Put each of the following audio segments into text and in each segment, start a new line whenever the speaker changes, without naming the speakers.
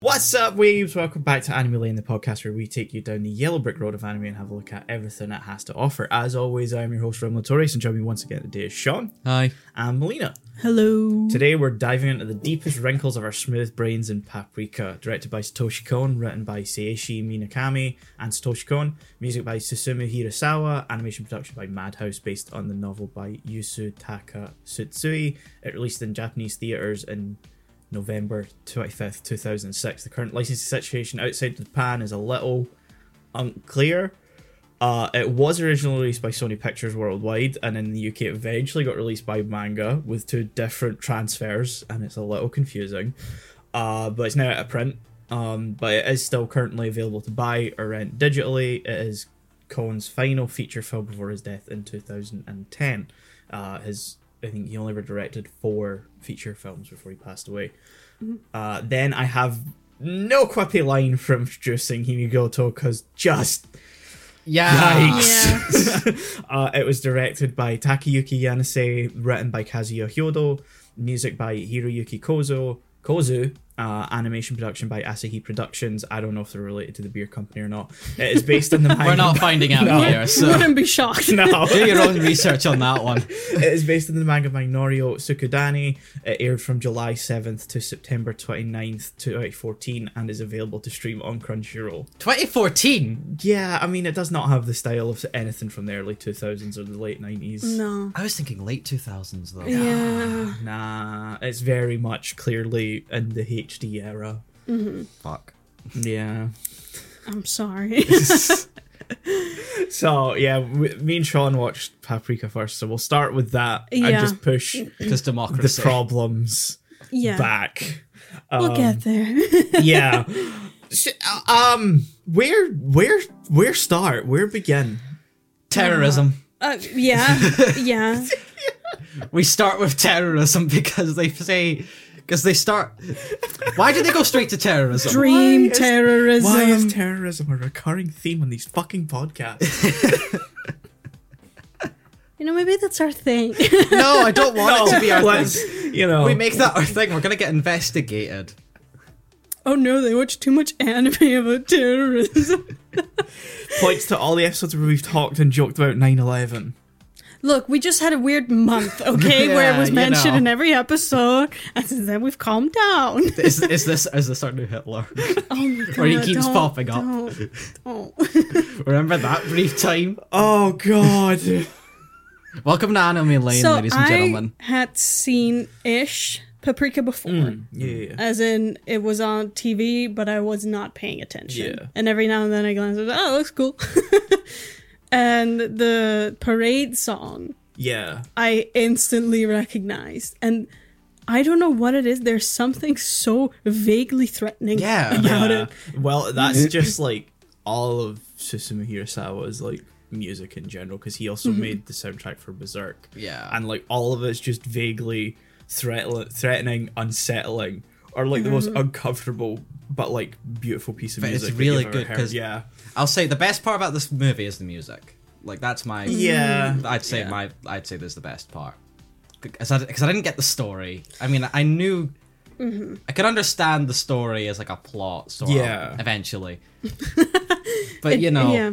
What's up, waves? Welcome back to Anime Lane, the podcast where we take you down the yellow brick road of anime and have a look at everything it has to offer. As always, I'm your host, Romulo Torres, and joining me once again today is Sean
Hi.
and Melina.
Hello.
Today, we're diving into the deepest wrinkles of our smooth brains in Paprika, directed by Satoshi Kon, written by Seishi Minakami and Satoshi Kon, music by Susumu Hirasawa, animation production by Madhouse, based on the novel by Yusu Taka Tsutsui. It released in Japanese theaters in November 25th, 2006. The current licensing situation outside Japan is a little unclear. Uh, it was originally released by Sony Pictures worldwide, and in the UK, it eventually got released by Manga with two different transfers, and it's a little confusing. Uh, but it's now out of print, um, but it is still currently available to buy or rent digitally. It is Cohen's final feature film before his death in 2010. Uh, his I think he only ever directed four feature films before he passed away. Uh, then I have no quippy line from introducing Himigoto because just
Yeah.
Yikes. uh, it was directed by Takayuki Yanase, written by Kazuya Hyodo, music by Hiroyuki Kozo, Kozu, uh, animation production by Asahi Productions. I don't know if they're related to the beer company or not. It is based on the manga.
We're not finding out
No.
here, so
Wouldn't be shocked.
no.
do your own research on that one.
it is based on the manga by Norio Sukudani. It aired from July 7th to September 29th, 2014, and is available to stream on Crunchyroll.
2014.
Yeah, I mean, it does not have the style of anything from the early 2000s or the late 90s.
No.
I was thinking late 2000s though.
Yeah.
Nah, it's very much clearly in the HD era.
Fuck.
Yeah.
I'm sorry.
So yeah, we, me and Sean watched Paprika first, so we'll start with that and
Yeah.
just push
Because
the
democracy.
problems
yeah.
back.
We'll get there.
Yeah. S- um, where where where start? Where begin?
terrorism.
uh, yeah. Yeah.
We start with terrorism because they say because they start. Why did they go straight to terrorism?
Dream
Why is-
terrorism.
Why is terrorism a recurring theme on these fucking podcasts?
you know, maybe that's our thing.
no, I don't want it to be our
Let's,
thing.
you know,
We make that our thing. We're gonna get investigated.
oh no, they watch too much anime about terrorism.
points to all the episodes where we've talked and joked about 9-11.
Look, we just had a weird month, okay, where
Yeah,
it was
you
mentioned
know.
in every episode, and since then we've calmed down.
Is, is this is this our new Hitler?
Oh my god.
Or he keeps
don't-
popping up.
don't- don't.
Remember that brief time?
Oh god.
Welcome to Anime Lane,
so
ladies and
I
gentlemen.
had seen ish Paprika before.
Mm.
yeah.
as in it was on TV, but I was not paying attention.
Yeah.
And every now and then I glanced, at it, oh, it looks cool. and the parade song
Yeah.
I instantly recognized, and I don't know what it is. There's something so vaguely threatening
Yeah.
about
Yeah.
it.
Well, that's just like all of Susumu Hirasawa's like music in general because he also made the soundtrack for Berserk.
Mm-hmm. Yeah.
and like all of it's just vaguely threat- threatening, unsettling, or like the most uncomfortable but like beautiful piece of
Mm-hmm. But it's
music. that
really
you've ever
good
heard.
'cause-
yeah,
I'll say the best part about this movie is the music. Like that's my
yeah,
I'd say
Yeah.
my I'd say there's the best part because I, 'cause I didn't get the story. I mean, I knew
Mm-hmm.
I could understand the story as like a plot, sort
Yeah.
of eventually. but you know
yeah,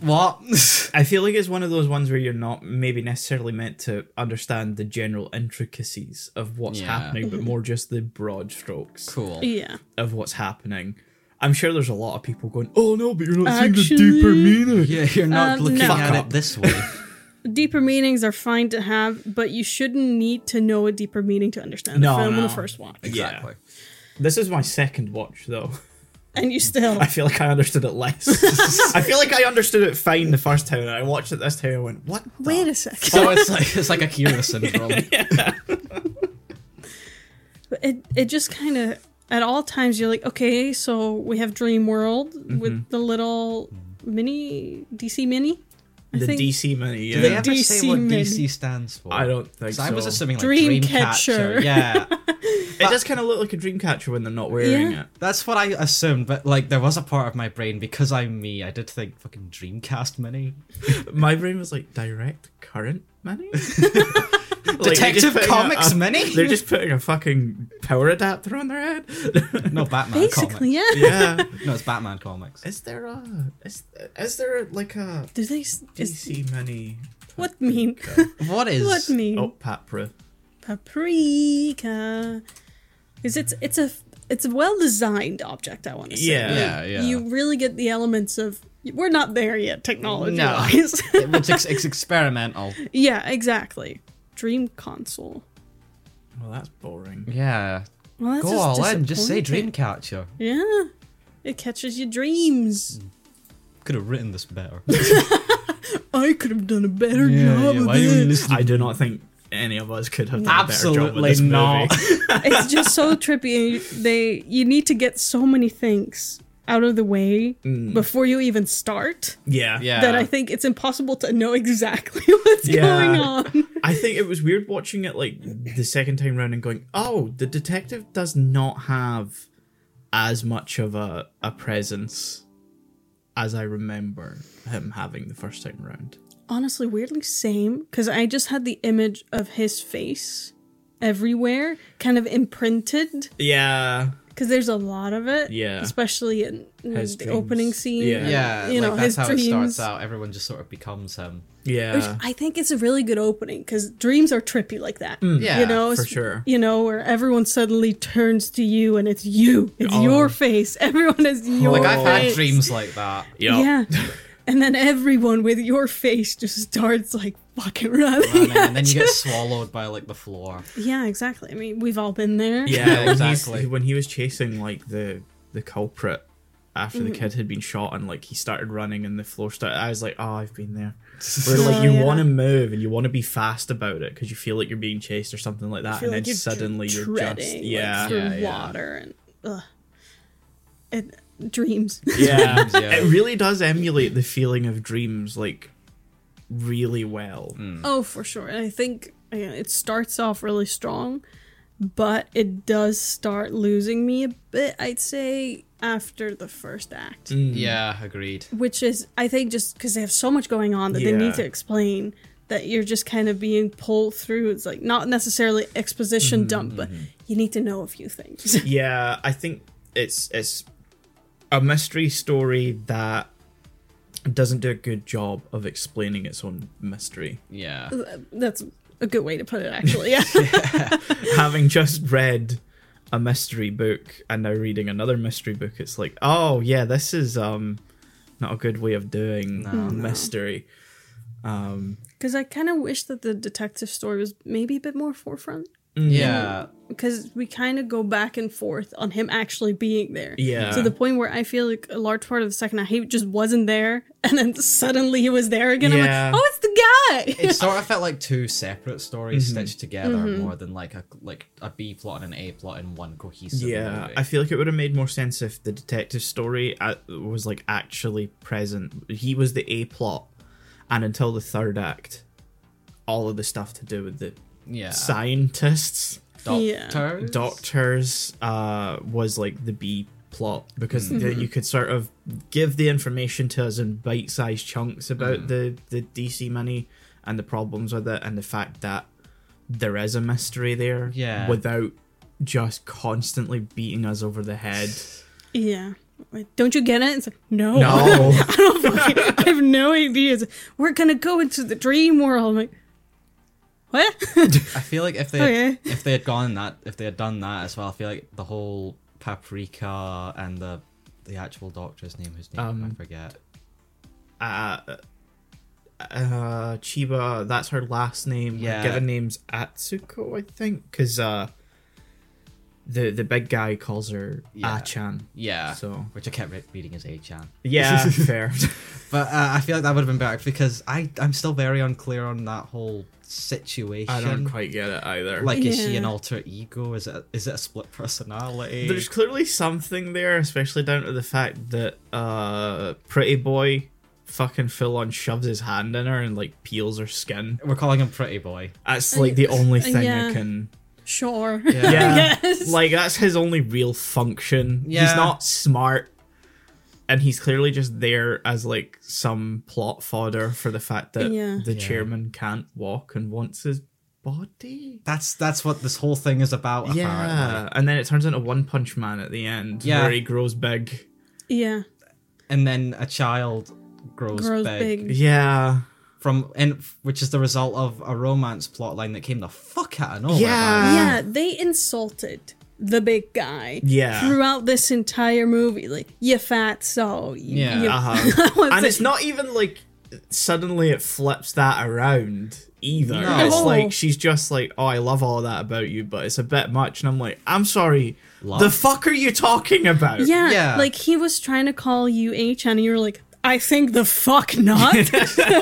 what?
I feel like it's one of those ones where you're not maybe necessarily meant to understand the general intricacies of what's
Yeah.
happening, but more just the broad strokes.
cool.
yeah.
of what's happening. I'm sure there's a lot of people going, "Oh no, but you're not seeing the
Actually-
deeper meaning."
Yeah, you're not
Um,
looking
no.
at
Fuck up.
it this way.
Deeper meanings are fine to have, but you shouldn't need to know a deeper meaning to understand
No,
the film
no.
on the first watch.
Exactly.
This is my second watch, though.
And you still
I feel like I understood it less. I feel like I understood it fine the first time, and I watched it this time and went, "What?" the-"
wait a second.
So it's like it's like Akira syndrome.
But it it just kind of at all times you're like okay so we have dream world
Mm-hmm.
with the little mini dc mini
The
think-
DC mini, yeah.
Do they ever
DC
say what
mini.
DC stands for?
I don't think
'Cause
so.
I was assuming like
Dreamcatcher.
Dreamcatcher. Yeah.
it does kind of look like a Dreamcatcher when they're not wearing
Yeah.
it.
That's what I assumed, but like there was a part of my brain because I'm me, I did think fucking Dreamcast Mini.
My brain was like direct current mini. they're just
Detective
putting a-
Comics
a-
mini?
They're just putting a fucking power adapter on their head.
No Batman
Basically,
comics.
yeah.
yeah.
No, it's Batman comics.
Is there a is, is there like a
Do they? s- Is,
DC mini?
what meme?
What is?
what meme?
Oh, Papra.
Paprika. Is it's it's a it's a well designed object. I want to say.
Yeah.
Yeah, yeah.
You really get the elements of we're not there yet technology
No.
wise.
it's, ex- it's experimental.
yeah, exactly. Dream console.
Well, that's boring.
Yeah.
Well, that's
Go
just
all in. Just say
disappointing.
Dreamcatcher.
Yeah, it catches your dreams.
Mm.
Could have written this better.
I could have done a better job of it.
I do not think any of us could have done a better job with
Absolutely
this
not.
movie.
it's just so trippy. and They you need to get so many things out of the way before you even start
Mm. Yeah,
Yeah.
that I think it's impossible to know exactly what's
Yeah.
going on.
I think it was weird watching it like the second time round and going, "Oh, the detective does not have as much of a a presence as I remember him having the first time round."
Honestly, weirdly same because I just had the image of his face everywhere, kind of imprinted
Yeah,
because there's a lot of it.
Yeah.
especially in you know,
His
the opening
dreams.
scene.
Yeah.
yeah,
you know
like,
his
that's how
dreams.
it starts out. Everyone just sort of becomes him.
Which
yeah,
I think it's a really good opening because dreams are trippy like that.
Yeah,
you know,
for
s-
sure.
You know, where everyone suddenly turns to you and it's you, it's your face. Everyone is
Oh.
your
Like
face.
I've had dreams like that.
yeah.
Yeah. and then everyone with your face just starts like fucking running.
And then- and then you get swallowed by like the floor.
yeah, exactly. I mean, we've all been there.
Yeah, when he's-
exactly.
When he was chasing like the the culprit after the
Mm-hmm.
kid had been shot and like he started running and the floor started, I was like, oh, I've been there. Where
Oh,
like you
yeah.
want to move and you want to be fast about it because you feel like you're being chased or something like that,
feel
and
like
then
you're
suddenly
tr-
you're
treading,
just
like,
yeah,
through
yeah, yeah.
water and ugh. It, dreams.
yeah.
Dreams, yeah.
It really does emulate the feeling of dreams like really well.
Oh, for sure. And I think yeah, it starts off really strong, but it does start losing me a bit, I'd say, after the first act.
Yeah, agreed.
Which is, I think, just because they have so much going on that they
Yeah.
need to explain that you're just kind of being pulled through. It's like not necessarily exposition dump, but you need to know a few things.
Yeah, I think it's it's a mystery story that doesn't do a good job of explaining its own mystery.
Yeah.
That's a good way to put it, actually. Yeah.
having just read a mystery book and now reading another mystery book, it's like, oh yeah, this is um not a good way of doing mystery. Um,
Because I kind of wish that the detective story was maybe a bit more forefront.
Yeah.
because we kind of go back and forth on him actually being there.
Yeah.
To the point where I feel like a large part of the second act, he just wasn't there, and then suddenly he was there again.
Yeah.
I'm like, oh, it's the guy.
It sort of felt like two separate stories
Mm-hmm.
stitched together
Mm-hmm.
more than like a like a B plot and an A plot in one cohesive
yeah,
movie.
I feel like it would have made more sense if the detective story uh, was like actually present. He was the A plot, and until the third act, all of the stuff to do with the
yeah.
scientists
Yeah.
Doctors?
doctors uh was like the b plot because
Hmm.
the- you could sort of give the information to us in bite-sized chunks
Hmm.
about the the dc money and the problems with it and the fact that there is a mystery there
Yeah.
without just constantly beating us over the head
yeah. Like, Don't you get it? It's like, no.
no
I don't fucking, I have no ideas. We're going to go into the dream world. I'm like, what?
I feel like if they
Okay.
if they had gone that if they had done that as well, I feel like the whole paprika and the the actual doctor's name whose name I
Um,
forget.
uh uh chiba that's her last name her
Yeah.
given name's atsuko i think because uh the the big guy calls her
Yeah.
achan
Yeah.
So-
which I kept re- reading as A-chan.
Yeah, fair.
But uh, I feel like that would have been better because I I'm still very unclear on that whole situation.
I don't quite get it either.
like is she an
Yeah.
alter ego? Is it is it a split personality?
there's clearly something there, especially down to the fact that uh Pretty Boy fucking full on shoves his hand in her and like peels her skin.
We're calling him Pretty Boy.
That's like the only thing
yeah.
I can
sure.
Yeah.
Yeah.
Yes.
Like that's his only real function.
Yeah.
He's not smart. And he's clearly just there as like some plot fodder for the fact that
Yeah.
the
Yeah.
chairman can't walk and wants his body.
That's that's what this whole thing is about. Apparently.
Yeah, and then it turns into One Punch Man at the end,
Yeah.
where he grows big.
Yeah.
And then a child grows,
Grows
big,
big.
Yeah,
from and which is the result of a romance plotline that came the fuck out of nowhere.
Yeah.
yeah, they insulted the big guy.
Uh, Yeah.
Throughout this entire movie, like you fat so you,
Yeah.
you-
uh-huh.
I won't
and
say-
it's not even like suddenly it flips that around either.
No.
It's
No.
like she's just like, "Oh, I love all that about you, but it's a bit much." And I'm like, "I'm sorry,
Love.
the fuck are you talking about?"
yeah,
Yeah.
Like he was trying to call you H, and you were like, I think the fuck not.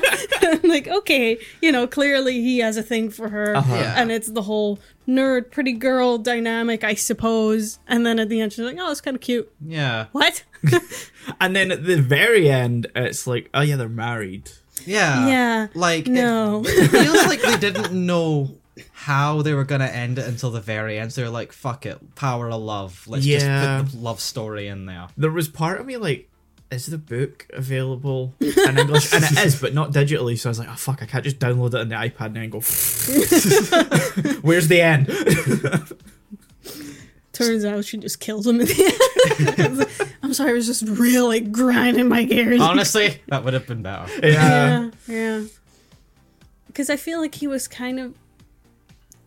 like okay, you know, clearly he has a thing for her,
Uh-huh.
Yeah.
and it's the whole nerd pretty girl dynamic, I suppose. And then at the end, she's like, oh, it's kind of cute.
Yeah.
What?
Uh, And then at the very end, it's like, "Oh yeah, they're married."
Yeah.
Yeah.
Like it-
no.
it feels like they didn't know how they were gonna end it until the very end. So they were like, "Fuck it, power of love. Let's
Yeah.
just put the love story in there."
There was part of me like. Is the book available in English? and it is, but not digitally. So I was like, oh fuck, I can't just download it on the iPad and then go, where's the end?
Turns out she just killed him in the end. I'm sorry, I was just really grinding my gears.
Honestly, that would have been better.
yeah, yeah. Because I feel like he was kind of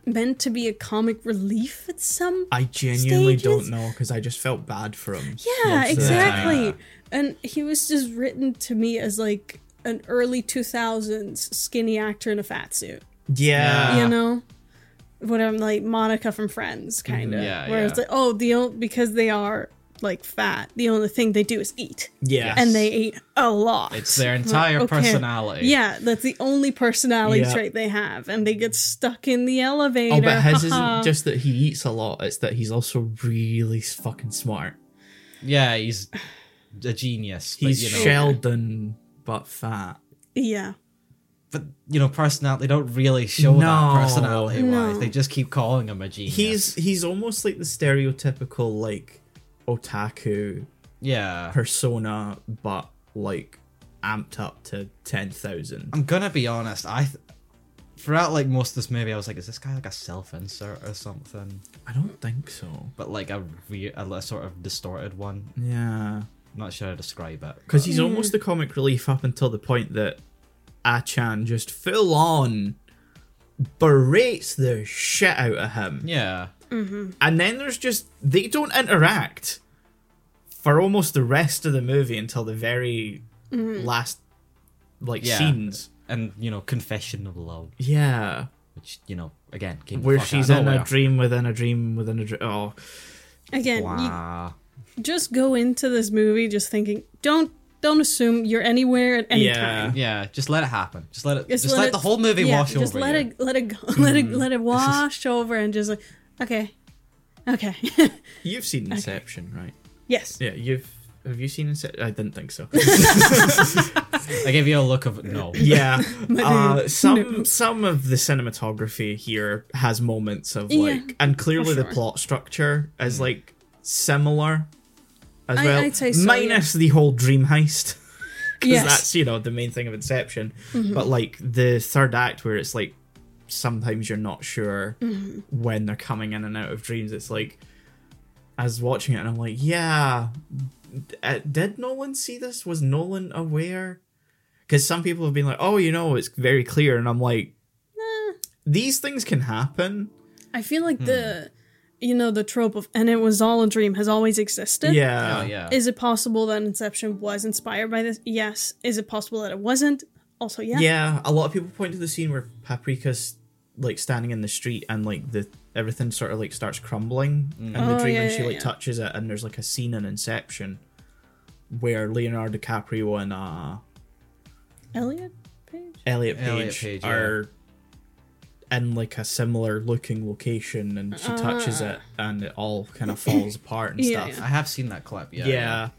meant to be a comic relief at some.
I genuinely don't
Stages?
know because I just felt bad for him.
yeah,
most of the time.
exactly. And he was just written to me as like an early 2000s skinny actor in a fat suit.
Yeah.
you know what i'm like monica from friends kind of
Yeah,
where it's
yeah.
like oh the only because they are like fat the only thing they do is eat
Yeah.
and they eat a lot
It's their
Like,
entire
okay.
personality.
yeah that's the only personality
Yeah.
trait they have and they get stuck in the elevator
Oh, but his
haha.
isn't just that he eats a lot; it's that he's also really fucking smart.
Yeah, he's a genius. But,
He's
you know,
Sheldon, but fat.
yeah
but you know, personality they don't really show
No.
that personality wise.
No.
They just keep calling him a genius.
He's he's almost like the stereotypical like otaku
yeah.
persona, but like amped up to ten thousand.
I'm gonna be honest. I th- throughout like most of this movie, I was like, is this guy like a self insert or something?
I don't think so.
But like a re- a, li- sort of distorted one.
Yeah.
not sure how to describe it.
Because he's almost the comic relief up until the point that Achan just full on berates the shit out of him.
Yeah.
And then there's just, they don't interact for almost the rest of the movie until the very last, like,
Yeah.
scenes.
And you know, confession of love,
Yeah.
which you know, again, came the
Where
fuck out
she's
of
in
nowhere.
a dream within a dream within a dream. Oh,
again you
Blah.
just go into this movie just thinking don't don't assume you're anywhere at any
Yeah.
time
Yeah, just let it happen. Just let it. Just,
Just
let,
it-
the whole movie
yeah,
wash
just
over
let
you.
it let it go, let
Mm.
it let it wash over and just like okay, okay,
you've seen Inception, right?
yes,
Yeah, you've. Have you seen Inception? I didn't think so.
I gave you a look of no.
yeah uh, some
No.
some of the cinematography here has moments of
Yeah,
like and clearly the
sure.
plot structure is like similar as
I-
well
I'd say so, yeah.
minus the whole dream heist 'cause
yes,
that's you know the main thing of inception but like the third act where it's like sometimes you're not sure when they're coming in and out of dreams it's like I was watching it and I'm like, yeah, uh, did Nolan see this? Was Nolan aware? Because some people have been like, oh, you know, it's very clear. And I'm like, these things can happen.
I feel like the you know the trope of and it was all a dream has always existed.
Hmm. Yeah.
Oh yeah.
Is it possible that Inception was inspired by this? Yes. Is it possible that it wasn't? Also, yeah.
Yeah. A lot of people point to the scene where Paprika's like standing in the street and like the everything sort of like starts crumbling in the
Oh,
dream
yeah,
and she
yeah,
like
yeah.
touches it and there's like a scene in Inception where Leonardo DiCaprio and uh
Elliot Page.
Elliot Page,
Elliot Page, yeah.
are in like a similar looking location and she touches it and it all kind of falls apart and
Uh. Yeah,
stuff.
I have seen that clip. Yeah.
Yeah.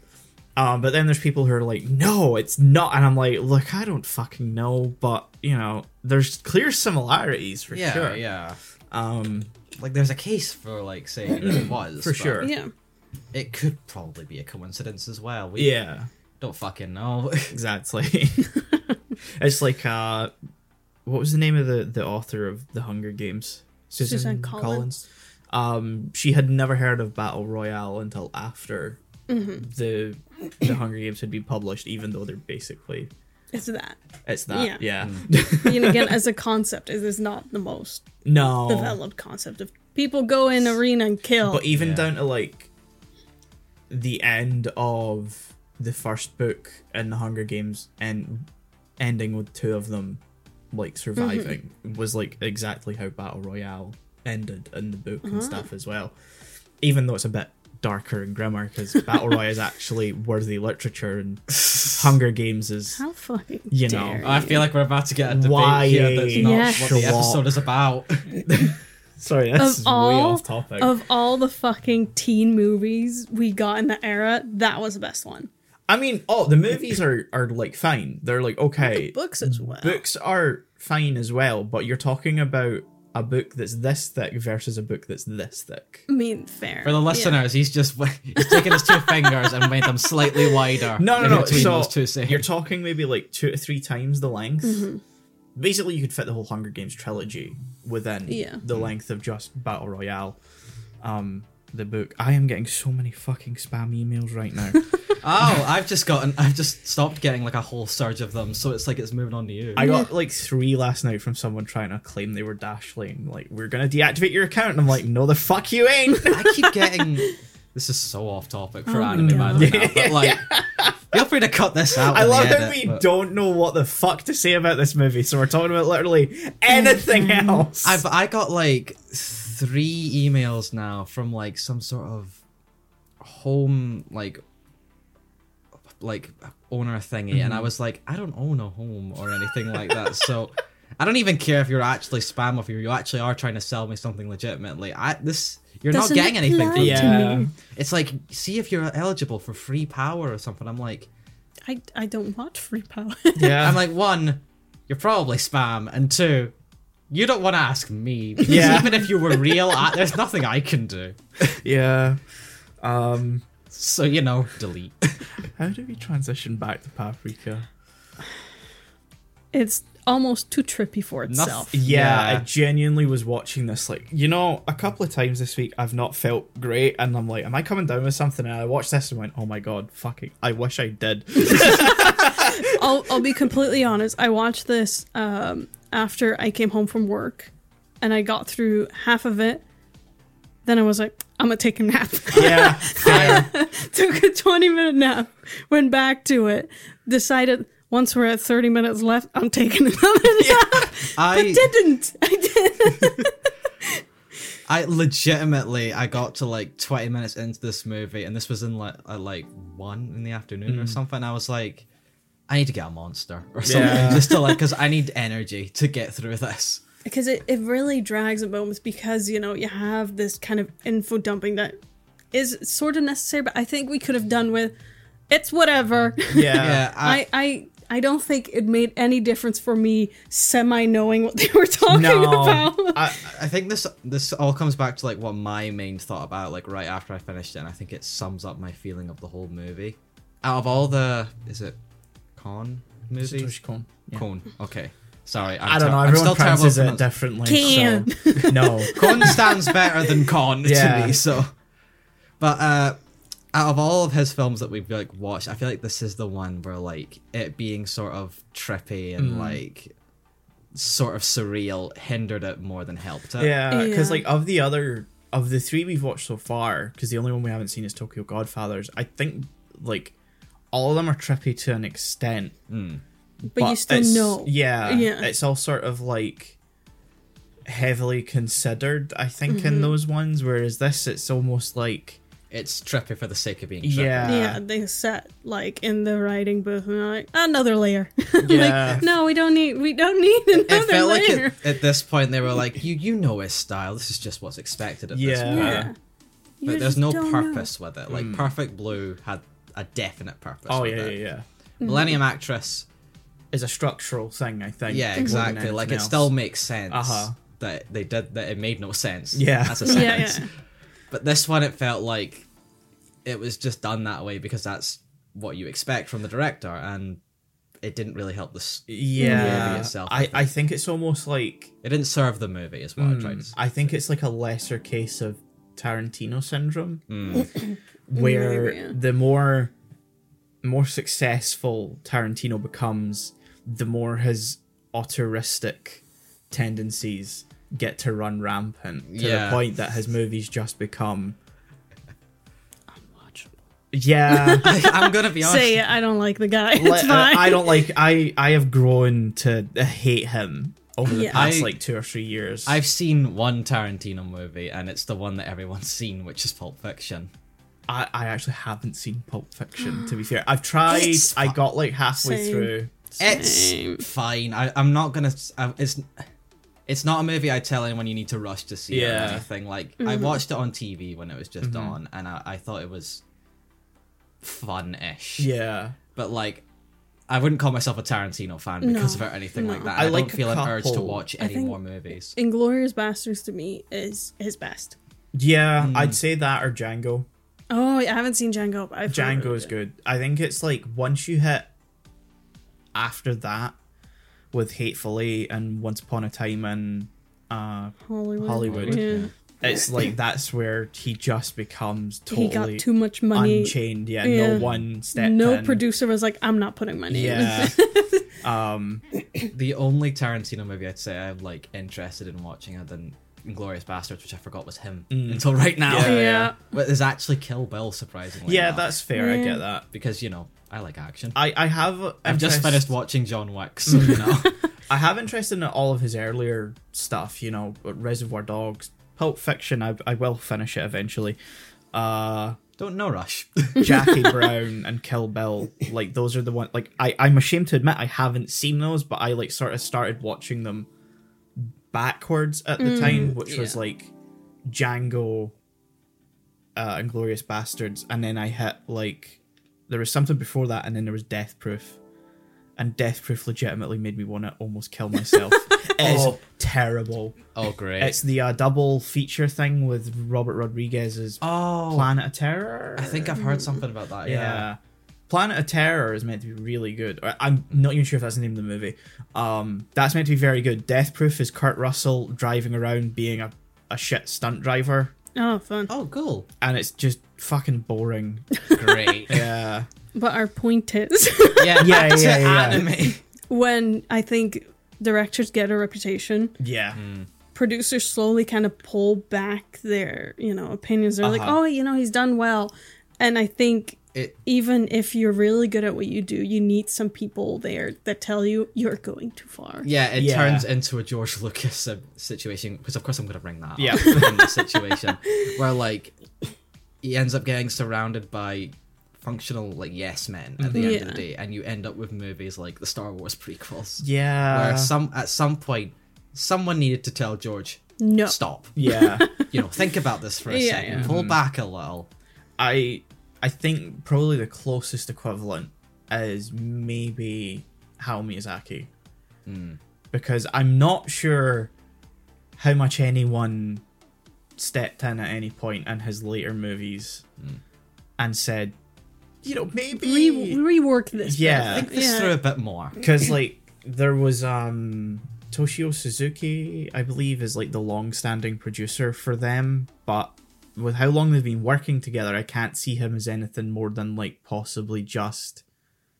Um, but then there's people who are like, no, it's not. And I'm like, look, I don't fucking know, but you know, there's clear similarities for
Yeah.
sure.
yeah.
Um,
Like, there's a case for like saying that it was
For
but
sure.
Yeah.
It could probably be a coincidence as well. We
yeah,
don't fucking know.
exactly. it's like, uh, what was the name of the the author of the Hunger Games?
Susan Collins.
Um, she had never heard of battle royale until after
Mm-hmm.
the the Hunger Games had been published, even though they're basically
It's that.
it's that. Yeah.
Mm.
And again, as a concept, it is not the most
no.
developed concept of people go in arena and kill.
Oh. But e- even
Yeah.
down to like the end of the first book in the Hunger Games and ending with two of them like surviving
Mm-hmm.
was like exactly how Battle Royale ended in the book
Uh-huh.
and stuff as well. Even though it's a bit darker and grimmer because Battle Royale is actually worthy literature and Hunger Games is
How fucking
You know,
dare
I feel like we're about to get a debate
Why
here that's not
Yes.
what the episode is about.
sorry this
of
is way
all
off topic.
of all the fucking teen movies we got in the era, that was the best one.
I mean, oh, the movies are are like fine. They're like okay.
Books as well.
books are fine as well, but you're talking about a book that's this thick versus a book that's this thick.
I mean, fair.
For the listeners, he's just he's taken his two fingers and made them slightly wider.
No, no,
in
no.
Between
So
those two scenes.
you're talking maybe like two to three times the length. Basically, you could fit the whole Hunger Games trilogy within
Yeah.
the length of just Battle Royale, um, the book. I am getting so many fucking spam emails right now.
oh, I've just gotten, I've just stopped getting like a whole surge of them. So it's like it's moving on to you.
I got like three last night from someone trying to claim they were Dashlane. Like, we're gonna deactivate your account. And I'm like, no, the fuck you ain't.
I keep getting. This is so off topic for
Oh,
anime, by
no.
the way. now, But like, feel free to cut this out.
I
in the
love that
edit,
we
but-
don't know what the fuck to say about this movie, so we're talking about literally anything else.
I've I got like three emails now from like some sort of home like like owner thingy, and I was like, I don't own a home or anything like that, so. I don't even care if you're actually spam or if you you actually are trying to sell me something legitimately. I this you're
Doesn't
not getting anything
apply
from
Yeah.
yeah.
to me.
It's like see if you're eligible for free power or something. I'm like
I, I don't watch Free Power.
yeah,
I'm like, one, you're probably spam, and two, you don't want to ask me. Because
Yeah.
even if you were real, I, there's nothing I can do.
yeah. Um,
So, you know, delete.
how do we transition back to Paprika?
it's almost too trippy for itself.
Yeah,
Yeah.
I genuinely was watching this like you know a couple of times this week I've not felt great, and I'm like, am I coming down with something? And I watched this and went, oh my god, fucking, I wish I did.
I'll, I'll be completely honest. I watched this um, after I came home from work and I got through half of it. Then I was like, I'm going to take a nap.
yeah, fair.
Took a 20 minute nap, went back to it, decided once we're at 30 minutes left, I'm taking another nap. I
I,
didn't. I did.
I legitimately, I got to like 20 minutes into this movie, and this was in like, at like 1 in the afternoon or something. I was like, I need to get a monster or something.
Yeah.
Just to like, because I need energy to get through this.
Because it, it really drags at moments because, you know, you have this kind of info dumping that is sort of necessary, but I think we could have done with it's whatever.
yeah,
Yeah, I,
I, I I don't think it made any difference for me semi knowing what they were talking
No,
about.
I, I think this this all comes back to like what my main thought about like right after I finished it, and I think it sums up my feeling of the whole movie. Out of all the is it con movies?
Satoshi Kon. Yeah.
Con. Okay. Sorry, I'm
I don't
ter-
know.
I'm
Everyone
still terrible
pronounces
at
it
pronounci-
differently.
Can.
So, no.
Con stands better than con
Yeah.
to me. So, but uh, out of all of his films that we've like watched, I feel like this is the one where like it being sort of trippy
Mm.
and like sort of surreal hindered it more than helped it.
Yeah, because
Yeah.
like of the other of the three we've watched so far, because the only one we haven't seen is Tokyo Godfathers. I think like all of them are trippy to an extent,
but, you still
it's-
know.
Yeah,
Yeah.
It's all sort of like heavily considered. I think
Mm-hmm.
in those ones, whereas this, it's almost like
it's trippy for the sake of being trippy.
yeah,
yeah, they sat like in the writing booth and they're like another layer.
Yeah.
like, no, we don't need we don't need another
It felt like
layer.
it, at this point they were like, you you know his style. This is just what's expected of this.
Yeah. Hmm.
point."
yeah. You
But there's
just
no
don't know.
purpose with it. Like Perfect Blue had a definite purpose.
Oh
with
yeah, yeah,
it.
yeah.
Mm-hmm.
Millennium Actress.
It's a structural thing, I think. more
Yeah,
than
exactly.
anything
Like it
else.
still makes sense
Uh-huh.
that they did that. It made no sense.
Yeah.
that's a
Yeah,
sentence.
yeah.
But this one, it felt like it was just done that way because that's what you expect from the director, and it didn't really help the. s-
yeah,
itself, I
I, I think it's almost like
It didn't serve the movie, is what I tried to.
Mm,
say.
I think it's like a lesser case of Tarantino syndrome,
Hmm.
where
Maybe, yeah.
the more more successful Tarantino becomes, the more his autoristic tendencies get to run rampant to
Yeah.
the point that his movies just become
Watch.
yeah.
I'm gonna be honest.
Say it. I don't like the guy. It's
le- uh,
fine.
I don't like I I have grown to hate him over the
Yeah.
past
I-
like two or three years.
I've seen one Tarantino movie, and it's the one that everyone's seen, which is Pulp Fiction.
I, I actually haven't seen Pulp Fiction, to be fair. I've tried,
It's
I got like halfway
Same.
through.
Same.
It's fine. I, I'm not gonna. s- I, it's it's not a movie I tell anyone you need to rush to see
Yeah. Mm-hmm.
or anything. Like I
Mm-hmm.
watched it on TV when it was just on, and I, I thought it was fun-ish.
Yeah.
But like, I wouldn't call myself a Tarantino fan because
No,
of it or anything like
no.
that.
I
I,
like
don't
a
feel an urge to
couple.
watch
I
any
think-
more movies.
Inglorious Bastards to me is his best.
Yeah,
Mm.
I'd say that or Django.
Oh, I haven't seen Django. But I've heard
Django is
it.
good. I think it's like once you hit after that with Hateful Eight and Once Upon a Time in uh,
Hollywood.
Hollywood.
Yeah.
Yeah.
it's like that's where he just becomes
He got
totally
too much money.
unchained. Yeah,
Yeah.
no one step.
No
in.
producer was like, I'm not putting my name. in
Yeah.
this."
um,
The only Tarantino movie I'd say I'm like interested in watching other than Inglorious Bastards, which I forgot was him until right now.
Mm. Yeah.
yeah.
But there's actually Kill Bill, surprisingly.
yeah,
enough,
that's fair. I
Yeah.
get that.
because you know I like action.
I, I have.
I've just
interest-
finished watching John Wick, so
Mm.
you know.
I have interest in all of his earlier stuff, you know, Reservoir Dogs, Pulp Fiction. I, I will finish it eventually. Uh,
Don't no rush.
Jackie Brown and Kill Bill, like those are the one. Like I, I'm ashamed to admit I haven't seen those, but I like sort of started watching them backwards at the time, which was
Mm, yeah.
like Django, uh, Inglorious Bastards, and then I hit like there was something before that, and then there was Death Proof, and Death Proof legitimately made me want to almost kill myself. It's
Oh.
terrible.
Oh great.
It's the uh, double feature thing with Robert Rodriguez's
oh,
Planet of Terror.
I think I've heard something about that.
Yeah.
Yeah.
Uh, Planet of Terror is meant to be really good. I- I'm not even sure if that's the name of the movie. Um, that's meant to be very good. Death Proof is Kurt Russell driving around being a, a shit stunt driver,
Oh, fun.
Oh cool.
and it's just fucking boring. Uh,
Great. yeah.
Yeah.
But our point is,
Yeah.
Yeah,
back to
yeah, yeah.
Anime.
when I think directors get a reputation,
yeah.
producers slowly kind of pull back their, you know, opinions. They're like,
Uh-huh.
oh, you know, he's done well. And I think
It,
even if you're really good at what you do, you need some people there that tell you you're going too far.
yeah, it
Yeah.
turns into a George Lucas uh, situation because, of course, I'm going to bring that.
Yeah.
up in this situation where like he ends up getting surrounded by functional like yes men at the end of the day,
Yeah.
and you end up with movies like the Star Wars prequels.
Yeah.
where some at some point someone needed to tell George
No.
stop.
yeah.
You know, think about this for a
Yeah,
second.
yeah.
Pull back a little.
I I think probably the closest equivalent is maybe Hao Miyazaki. Because I'm not sure how much anyone stepped in at any point in his later movies and said, you know,
Re-
maybe
rework this.
Yeah.
Think this
Yeah.
through a bit more.
because like there was um Toshio Suzuki, I believe, is like the long-standing producer for them, but with how long they've been working together, I can't see him as anything more than like possibly just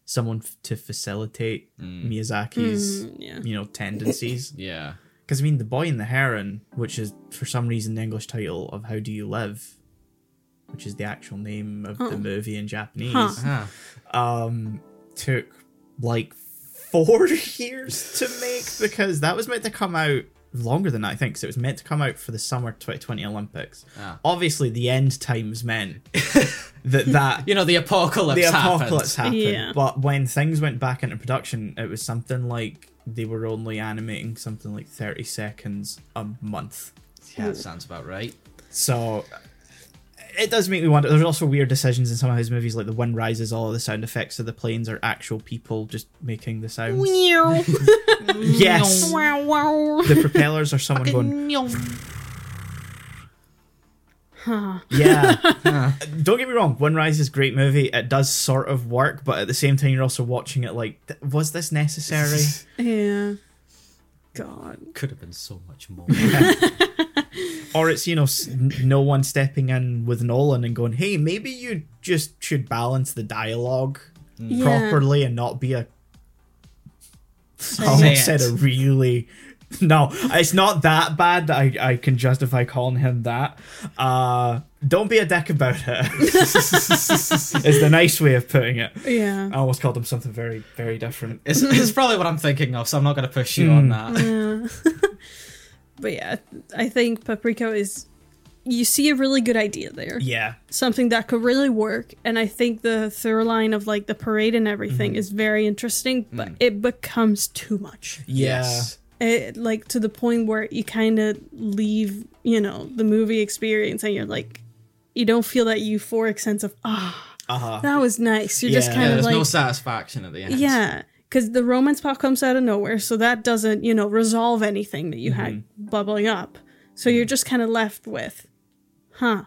someone f- to facilitate Miyazaki's
Mm, yeah.
you know tendencies.
Yeah.
Because I mean, The Boy and the Heron, which is for some reason the English title of How Do You Live, which is the actual name of the
Oh.
movie in Japanese
Huh.
Ah.
um took like four years to make because that was meant to come out longer than that, I think. So it was meant to come out for the summer 2020 Olympics.
Ah.
Obviously, the end times meant that that
You know, the apocalypse
the
happened.
apocalypse happened.
Yeah.
But when things went back into production, it was something like they were only animating something like 30 seconds a month.
Yeah, that sounds about right.
So it does make me wonder. There's also weird decisions in some of his movies, like The Wind Rises, all of the sound effects of the planes are actual people just making the sounds.
Meow.
Yes!
wow, wow.
the propellers are someone going,
Meow.
Yeah.
Huh.
Don't get me wrong, Wind Rise is a great movie. It does sort of work, but at the same time, you're also watching it like, "Th- was this necessary?
Yeah. God.
Could have been so much more.
or it's, you know, s- n- no one stepping in with Nolan and going, hey, maybe you just should balance the dialogue
Yeah.
properly and not be a. I
Say
almost
it.
said a really. No, it's not that bad that I, I can justify calling him that. Uh, don't be a dick about it, is the nice way of putting it.
Yeah.
I almost called him something very, very different.
it's, it's probably what I'm thinking of, so I'm not going to push you on
Hmm.
that.
Yeah. but yeah, I think Paprika is. You see a really good idea there.
Yeah.
Something that could really work. And I think the through line of like the parade and
Mm-hmm.
everything is very interesting, but
Mm.
it becomes too much.
Yeah.
Yes.
It, like to the point where you kind of leave, you know, the movie experience and you're like, you don't feel that euphoric sense of, ah,
Uh huh.
that was nice. You're just
Yeah.
Yeah,
kind of
there's
like.
no satisfaction at the end.
Yeah, because the romance part comes out of nowhere, so that doesn't, you know, resolve anything that you had bubbling up. So you're just kind of left with, huh?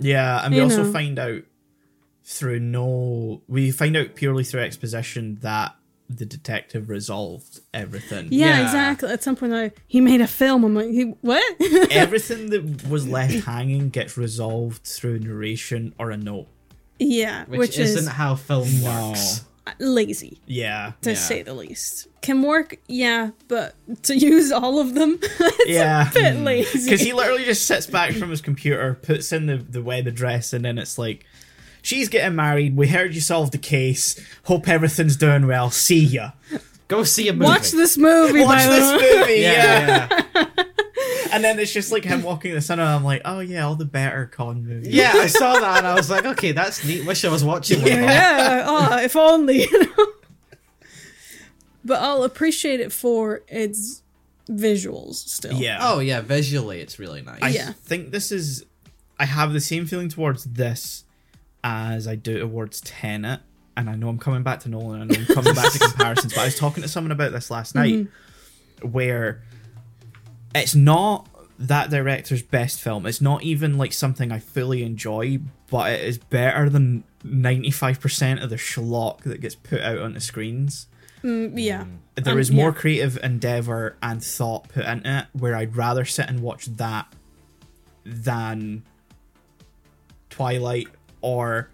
Yeah, and we
You
also
know.
find out through no, we find out purely through exposition that the detective resolved everything.
Yeah,
Yeah.
exactly. At some point, I, he made a film. I'm like, he, what?
everything that was left hanging gets resolved through narration or a note.
yeah,
Which,
which,
isn't
is
how film works.
lazy
Yeah.
to
Yeah.
say the least. Can work, yeah, but to use all of them, it's
Yeah.
a bit lazy.
Because he literally just sits back from his computer, puts in the, the web address, and then it's like, she's getting married. We heard you solved the case. Hope everything's doing well. See ya.
Go see a movie.
Watch this movie,
Watch
by the way.
this movie.
Yeah,
yeah.
yeah. yeah.
And then it's just like him walking the cinema. I'm like, oh yeah, all the better con movies.
Yeah, I saw that and I was like, okay, that's neat. Wish I was watching one. of them.
yeah, oh, if only. You know? But I'll appreciate it for its visuals still.
Yeah.
Oh yeah, visually it's really nice.
I
yeah.
think this is. I have the same feeling towards this as I do towards Tenet. And I know I'm coming back to Nolan. I know I'm coming back to comparisons. But I was talking to someone about this last night, where it's not that director's best film. It's not even like something I fully enjoy, but it is better than 95% of the schlock that gets put out on the screens.
Mm, yeah.
There
Um,
is more
yeah.
creative endeavor and thought put into it where i'd rather sit and watch that than twilight or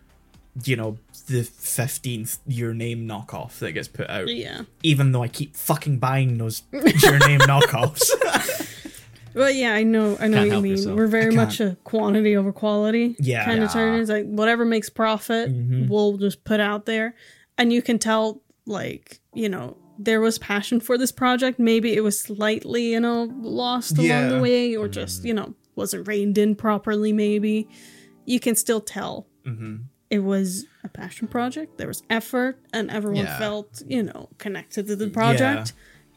you know the 15th your name knockoff that gets put out
Yeah.
even though i keep fucking buying those your name knockoffs
Well, yeah, I know, I
Can't
know what you
help
mean.
yourself.
We're
I
very
can't.
much a quantity over quality
Yeah.
kind
Yeah.
of
Mm-hmm.
turn. It's like whatever makes profit, we'll just put out there, and you can tell, like you know, there was passion for this project. Maybe it was slightly, you know, lost along
Yeah.
the way,
Mm-hmm.
or just you know, wasn't reined in properly. Maybe you can still tell
Mm-hmm.
Mhm.
it was a passion project. There was effort, and everyone
Yeah.
felt you know connected to the project,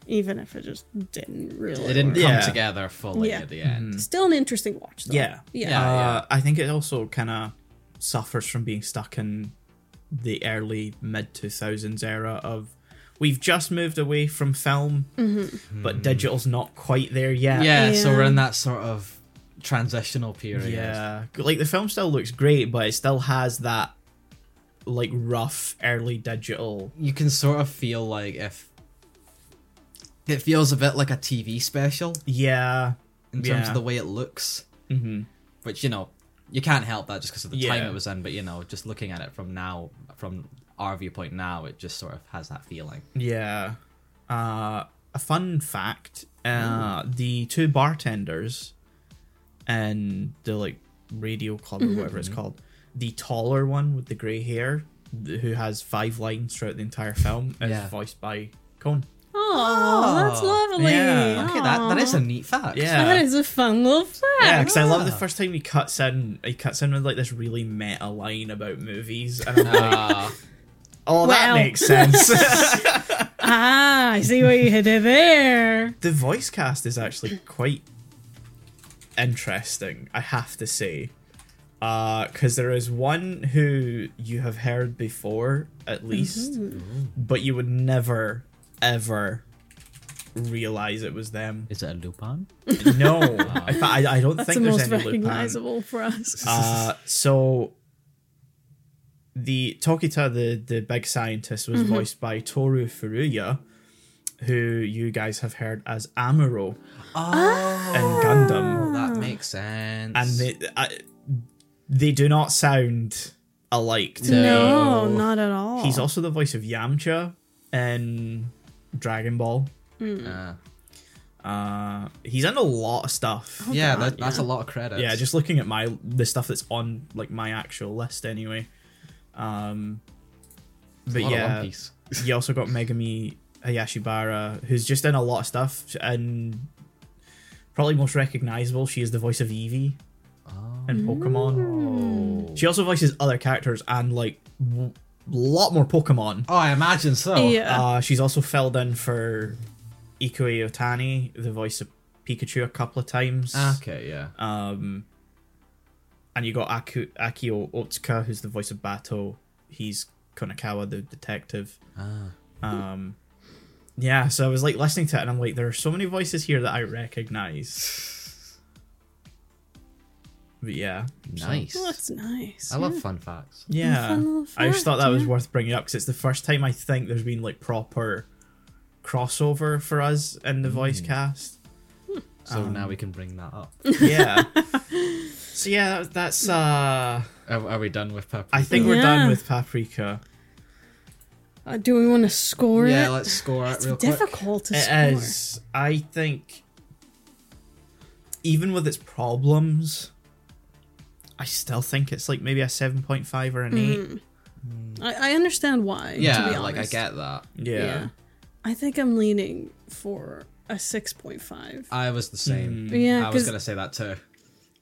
even if it just didn't really.
It didn't
work.
come
Yeah.
together fully
Yeah.
at the end.
Still an interesting watch, though.
Mm. yeah
Yeah.
Uh, I think it also kind of suffers from being stuck in the early mid 2000s era of we've just moved away from film, but digital's not quite there yet.
Mm-hmm. Yeah, so
Mm-hmm. Yeah.
we're in that sort of transitional period.
Yeah. Like the film still looks great, but it still has that like rough early digital.
You can sort of feel like if it feels a bit like a TV special
Yeah.
in terms
Yeah.
of the way it looks,
Mhm.
which you know you can't help that just because of the time
Yeah.
it was in. But you know, just looking at it from now, from our viewpoint now, it just sort of has that feeling.
Yeah. Uh, a fun fact: uh, the two bartenders and the like radio club
Mm-hmm,
or whatever it's called, the taller one with the grey hair, th- who has five lines throughout the entire film, is
Yeah.
voiced by Cohn.
Oh, that's lovely.
yeah.
Okay, that, that is uh, a neat fact.
Yeah.
That is a fun little fact.
Yeah, because I love the
Ah.
first time he cuts in. He cuts in with like this really meta line about movies, and I'm like,
Uh,
"Oh, that
Wow.
makes sense."
ah, I see what you did there.
the voice cast is actually quite interesting i have to say because there is one who you have heard
Mm-hmm.
before at least but you would never ever realize it was them.
Is it a Lupin?
No, I, I, I don't
That's
think
the
there's
most
any Lupin.
recognizable for us.
Uh, so the Tokita, the the big scientist, was
Mm-hmm.
voiced by Toru Furuya, who you guys have heard as Amuro
Oh,
Ah.
in Gundam,
that makes sense.
and they I, they do not sound alike. To me.
no,
No.
not at all.
He's also the voice of Yamcha in Dragon Ball.
Uh,
Uh, he's in a lot of stuff.
yeah,
God,
that, that's
yeah.
a lot of credit.
yeah just looking at my the stuff that's on like my actual list anyway um but yeah you also got megami hayashibara who's just in a lot of stuff and probably most recognizable she is the voice of eevee
Hmm.
in pokemon
Oh.
she also voices other characters and like a lot more pokemon
oh, I imagine so.
yeah.
uh, she's also filled in for ikue otani the voice of pikachu a couple of times
Ah, Okay, yeah.
Um, and you got Aku- Akio Otsuka, who's the voice of Bato. He's Konakawa, the detective.
Ah.
Um, yeah, so I was like listening to it, and I'm like, there are so many voices here that I recognize. But yeah, so-
nice.
Well, Oh, that's nice.
I love fun facts.
Yeah,
Fun little
I just thought that
fact,
was
yeah.
worth bringing up because it's the first time I think there's been like proper crossover for us in the voice cast.
So
Um.
now we can bring that up.
Yeah. so yeah, that, that's uh.
Are, are we done with Paprika?
I think we're done
Yeah.
with Paprika.
Uh, do we want to score
Yeah,
it?
let's score it
it's
real quick.
difficult to
It
score.
is. I think, even with its problems, I still think it's like maybe a seven point five or an
Mm.
eight.
I, I understand why. to be
Yeah,
honest.
like I get that.
Yeah.
I think I'm leaning for a 6.5.
I was the same.
Mm. Yeah,
I was
'cause-
gonna say that too.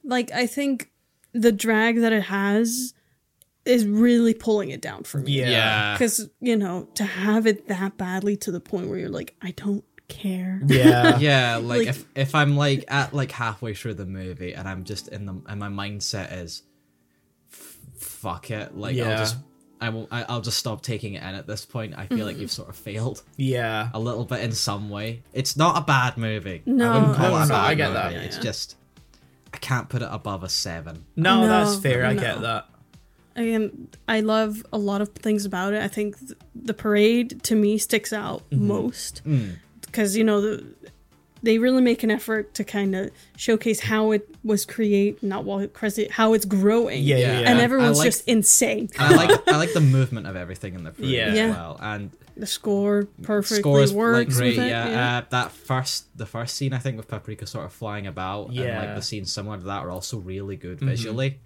Like, I think the drag that it has is really pulling it down for me.
Yeah.
Yeah.
Because, you know, to have it that badly to the point where you're like, I don't care.
Yeah.
yeah like,
Like-
if, if i'm like at like halfway through the movie and i'm just in the and my mindset is "F- fuck it like
Yeah.
i'll just i will I- i'll just stop taking it in at this point i feel like
Mm-hmm.
you've sort of failed
yeah.
a little bit in some way it's not a bad movie
No.
i wouldn't call
No,
it a
no,
bad
I get
movie.
that.
it's
Yeah.
just i can't put it above a seven
No,
No,
that's fair. I
no.
get that.
Again, I love a lot of things about it. I think th- the parade to me sticks out
Mm-hmm.
most
Mm.
because you know the, they really make an effort to kind of showcase how it was create, not while it created, how it's growing.
Yeah, yeah,
and
yeah.
I
everyone's
like-
just insane.
And i like i like the movement of everything in the movie
Yeah.
as
Yeah.
well and
the score perfectly
score is like
works.
great,
with it,
yeah.
yeah.
Uh, that first, the first scene I think with Paprika sort of flying about, and
Yeah. Mm-hmm.
like the scenes similar to that are also really good visually.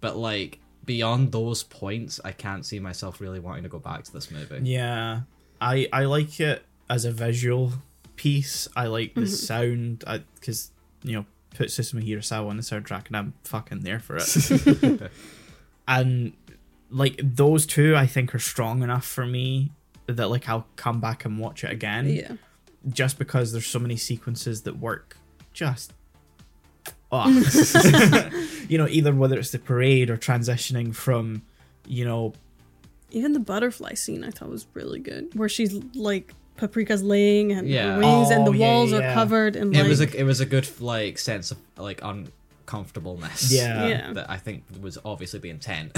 But like beyond those points, I can't see myself really wanting to go back to this movie.
Yeah. I I like it as a visual piece. I like the sound because you know put Susumu Hirasawa on the soundtrack and I'm fucking there for it. and like those two, I think are strong enough for me that like I'll come back and watch it again.
yeah.
Just because there's so many sequences that work just. Oh. you know, either whether it's the parade or transitioning from, you know,
Even the butterfly scene I thought was really good, where she's like paprika's laying and her
Yeah.
wings, and the
Oh, yeah,
walls
yeah,
are
yeah.
covered and
It
like
was a it was a good like sense of like uncomfortableness.
Yeah. Mm-hmm.
Yeah.
That I think was obviously the intent.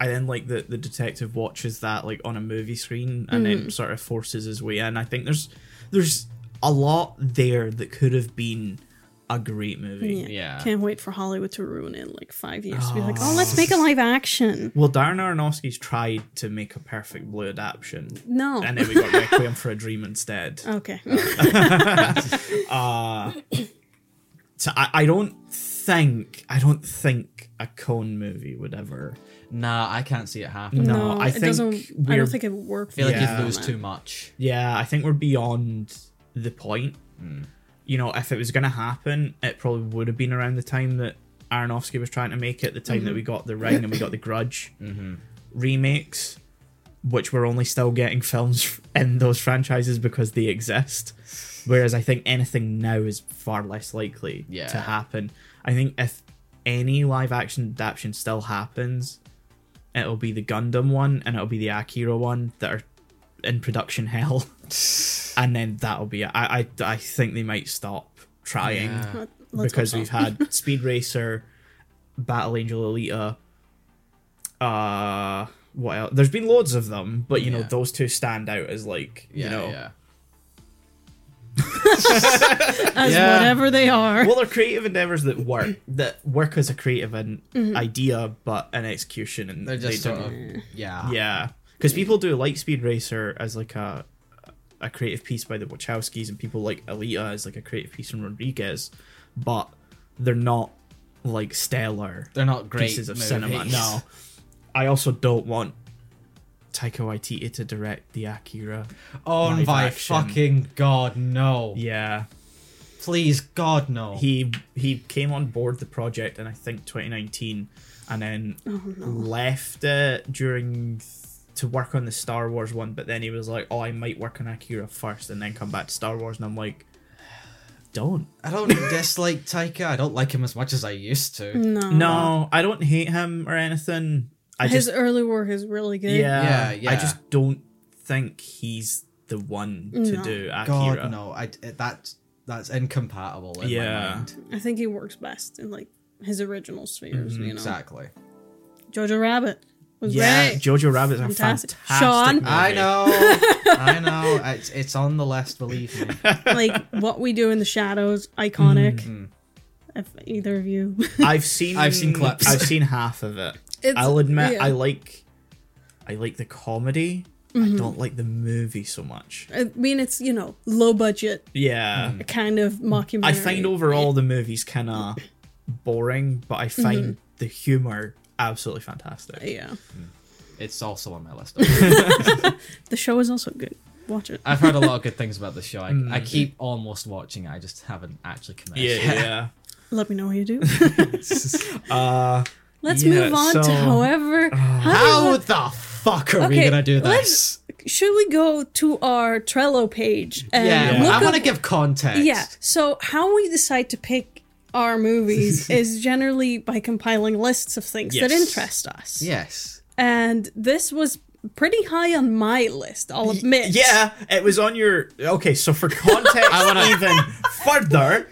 I then like that the detective watches that like on a movie screen and then sort of forces his way in. I think there's there's a lot there that could have been a great movie.
Yeah.
Yeah.
Can't wait for Hollywood to ruin it in like five years. to be like, oh, let's make a live action.
Well, Darren Aronofsky's tried to make a Perfect Blue adaptation,
No.
and then we got Requiem for a Dream instead.
okay.
So I, I don't think I don't think a Cone movie would ever.
nah, I can't see it happening.
No, I
it
think
doesn't. I
we're-
don't think it would work.
I feel like
Yeah.
you'd lose too much.
Yeah, I think we're beyond the point. You know, if it was going to happen, it probably would have been around the time that Aronofsky was trying to make it, the time that we got The Ring and we got The Grudge remakes, which we're only still getting films in those franchises because they exist. Whereas I think anything now is far less likely
Yeah.
to happen. I think if any live action adaptation still happens, it'll be the Gundam one and it'll be the Akira one that are in production hell, and then that'll be it. I I, I think they might stop trying
Yeah.
Let- let's
because
hope
we've
so.
had Speed Racer, Battle Angel Alita. Uh, what else? There's been loads of them, but you know
Yeah.
those two stand out as like
Yeah,
you know
yeah.
as
Yeah.
whatever they are.
well, they're creative endeavors that work that work as a creative an
Mm-hmm.
idea, but an execution, and
They're just
they
sort of
don't-
yeah.
yeah, because people do like Speed Racer as like a a creative piece by the Wachowskis, and people like Alita as like a creative piece from Rodriguez, but they're not like stellar
They're not great
pieces of cinema.
movies.
No, I also don't want Taika Waititi to direct the Akira.
Oh
Live
my
action.
fucking god, no.
Yeah,
Please, God, no.
he he came on board the project in I think 2019, and then
Oh,
left it during th- to work on the Star Wars one. But then he was like, "Oh, I might work on Akira first, and then come back to Star Wars." And I'm like, "Don't."
I don't dislike Taika. I don't like him as much as I used to.
Oh, no.
No, I don't hate him or anything. I
His
just
early work is really good.
yeah,
Yeah,
I
yeah.
just don't think he's the one to
No.
do Akira.
God, no. I that that's incompatible. In
Yeah.
my mind.
I think he works best in like his original spheres, you know.
exactly.
Jojo Rabbit was
Yeah,
great.
Jojo Rabbit's a
Fantastic.
fantastic.
Sean?
movie.
I know. I know. It's it's on the list. Believe me.
like what we do in the shadows, iconic.
Mm-hmm.
If either of you,
I've seen
I've seen clips.
I've seen half of it.
It's-
I'll admit
yeah.
I like I like the comedy.
Mm-hmm.
I don't like the movie so much.
I mean, it's you know low budget
Yeah.
kind of mockumentary.
I find overall the movie's kind of boring, but I find
Mm-hmm.
the humor absolutely fantastic.
yeah.
It's also on my list.
The show is also good. Watch it.
I've heard a lot of good things about the show. I, I keep almost watching it. I just haven't actually committed.
Mm. Yeah, yeah.
Let me know how you do.
yeah. Uh,
Let's
Yeah,
move on to
so- uh,
however.
How
how do
the fuck are we
Okay,
gonna do this?
let's- we- should we go to our Trello page and
Yeah,
um, look
I want
up
to give context.
Yeah. So how we decide to pick our movies is generally by compiling lists of things that
Yes.
interest us.
Yes.
And this was pretty high on my list, I'll admit.
yeah, it was on your Okay, so for context even further,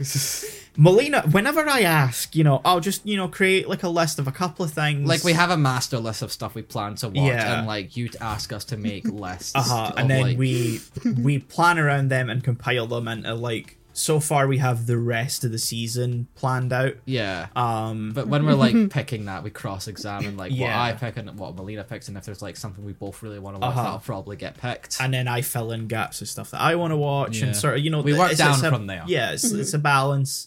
Melina, whenever I ask, you know, I'll just, you know, create like a list of a couple of things.
Like we have a master list of stuff we plan to watch,
Yeah.
and like you ask us to make lists.
uh-huh,
of,
and then
like-
we we plan around them and compile them into like so far we have the rest of the season planned out
yeah.
um
but when we're like picking that, we cross-examine like
Yeah.
what I pick and what Melina picks, and if there's like something we both really want to watch,
Uh-huh.
that'll probably get picked.
and then i fill in gaps of stuff that i want to watch
Yeah.
and sort of you know
We work
it's-
down
it's a-
from there.
yeah it's, it's a balance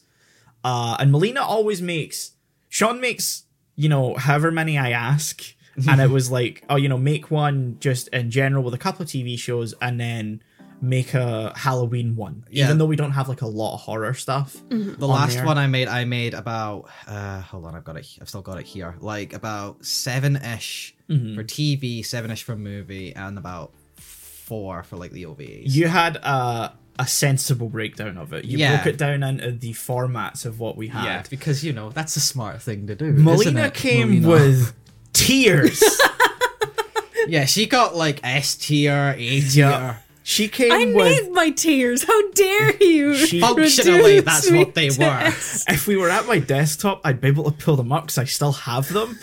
uh and melina always makes sean makes you know however many i ask and it was like oh you know make one just in general with a couple of tv shows and then make a halloween one
Yeah.
even though we don't have like a lot of horror stuff
The
on
last
there.
one I made, I made about uh hold on, I've got it. I've still got it here. Like about seven ish
Mm-hmm.
for TV, seven ish for movie, and about four for like the OVAs.
you had a a sensible breakdown of it. You
Yeah.
broke it down into the formats of what we had.
yeah, because you know that's a smart thing to do. isn't
Melina
it,
came
Melina?
with tears.
yeah, she got like S tier, A tier.
yeah. She came
I
with
need my tears. How dare you?
She-
Functionally,
reduce
that's
me
what they
to
were.
S.
if we were at my desktop, I'd be able to pull them up because I still have them.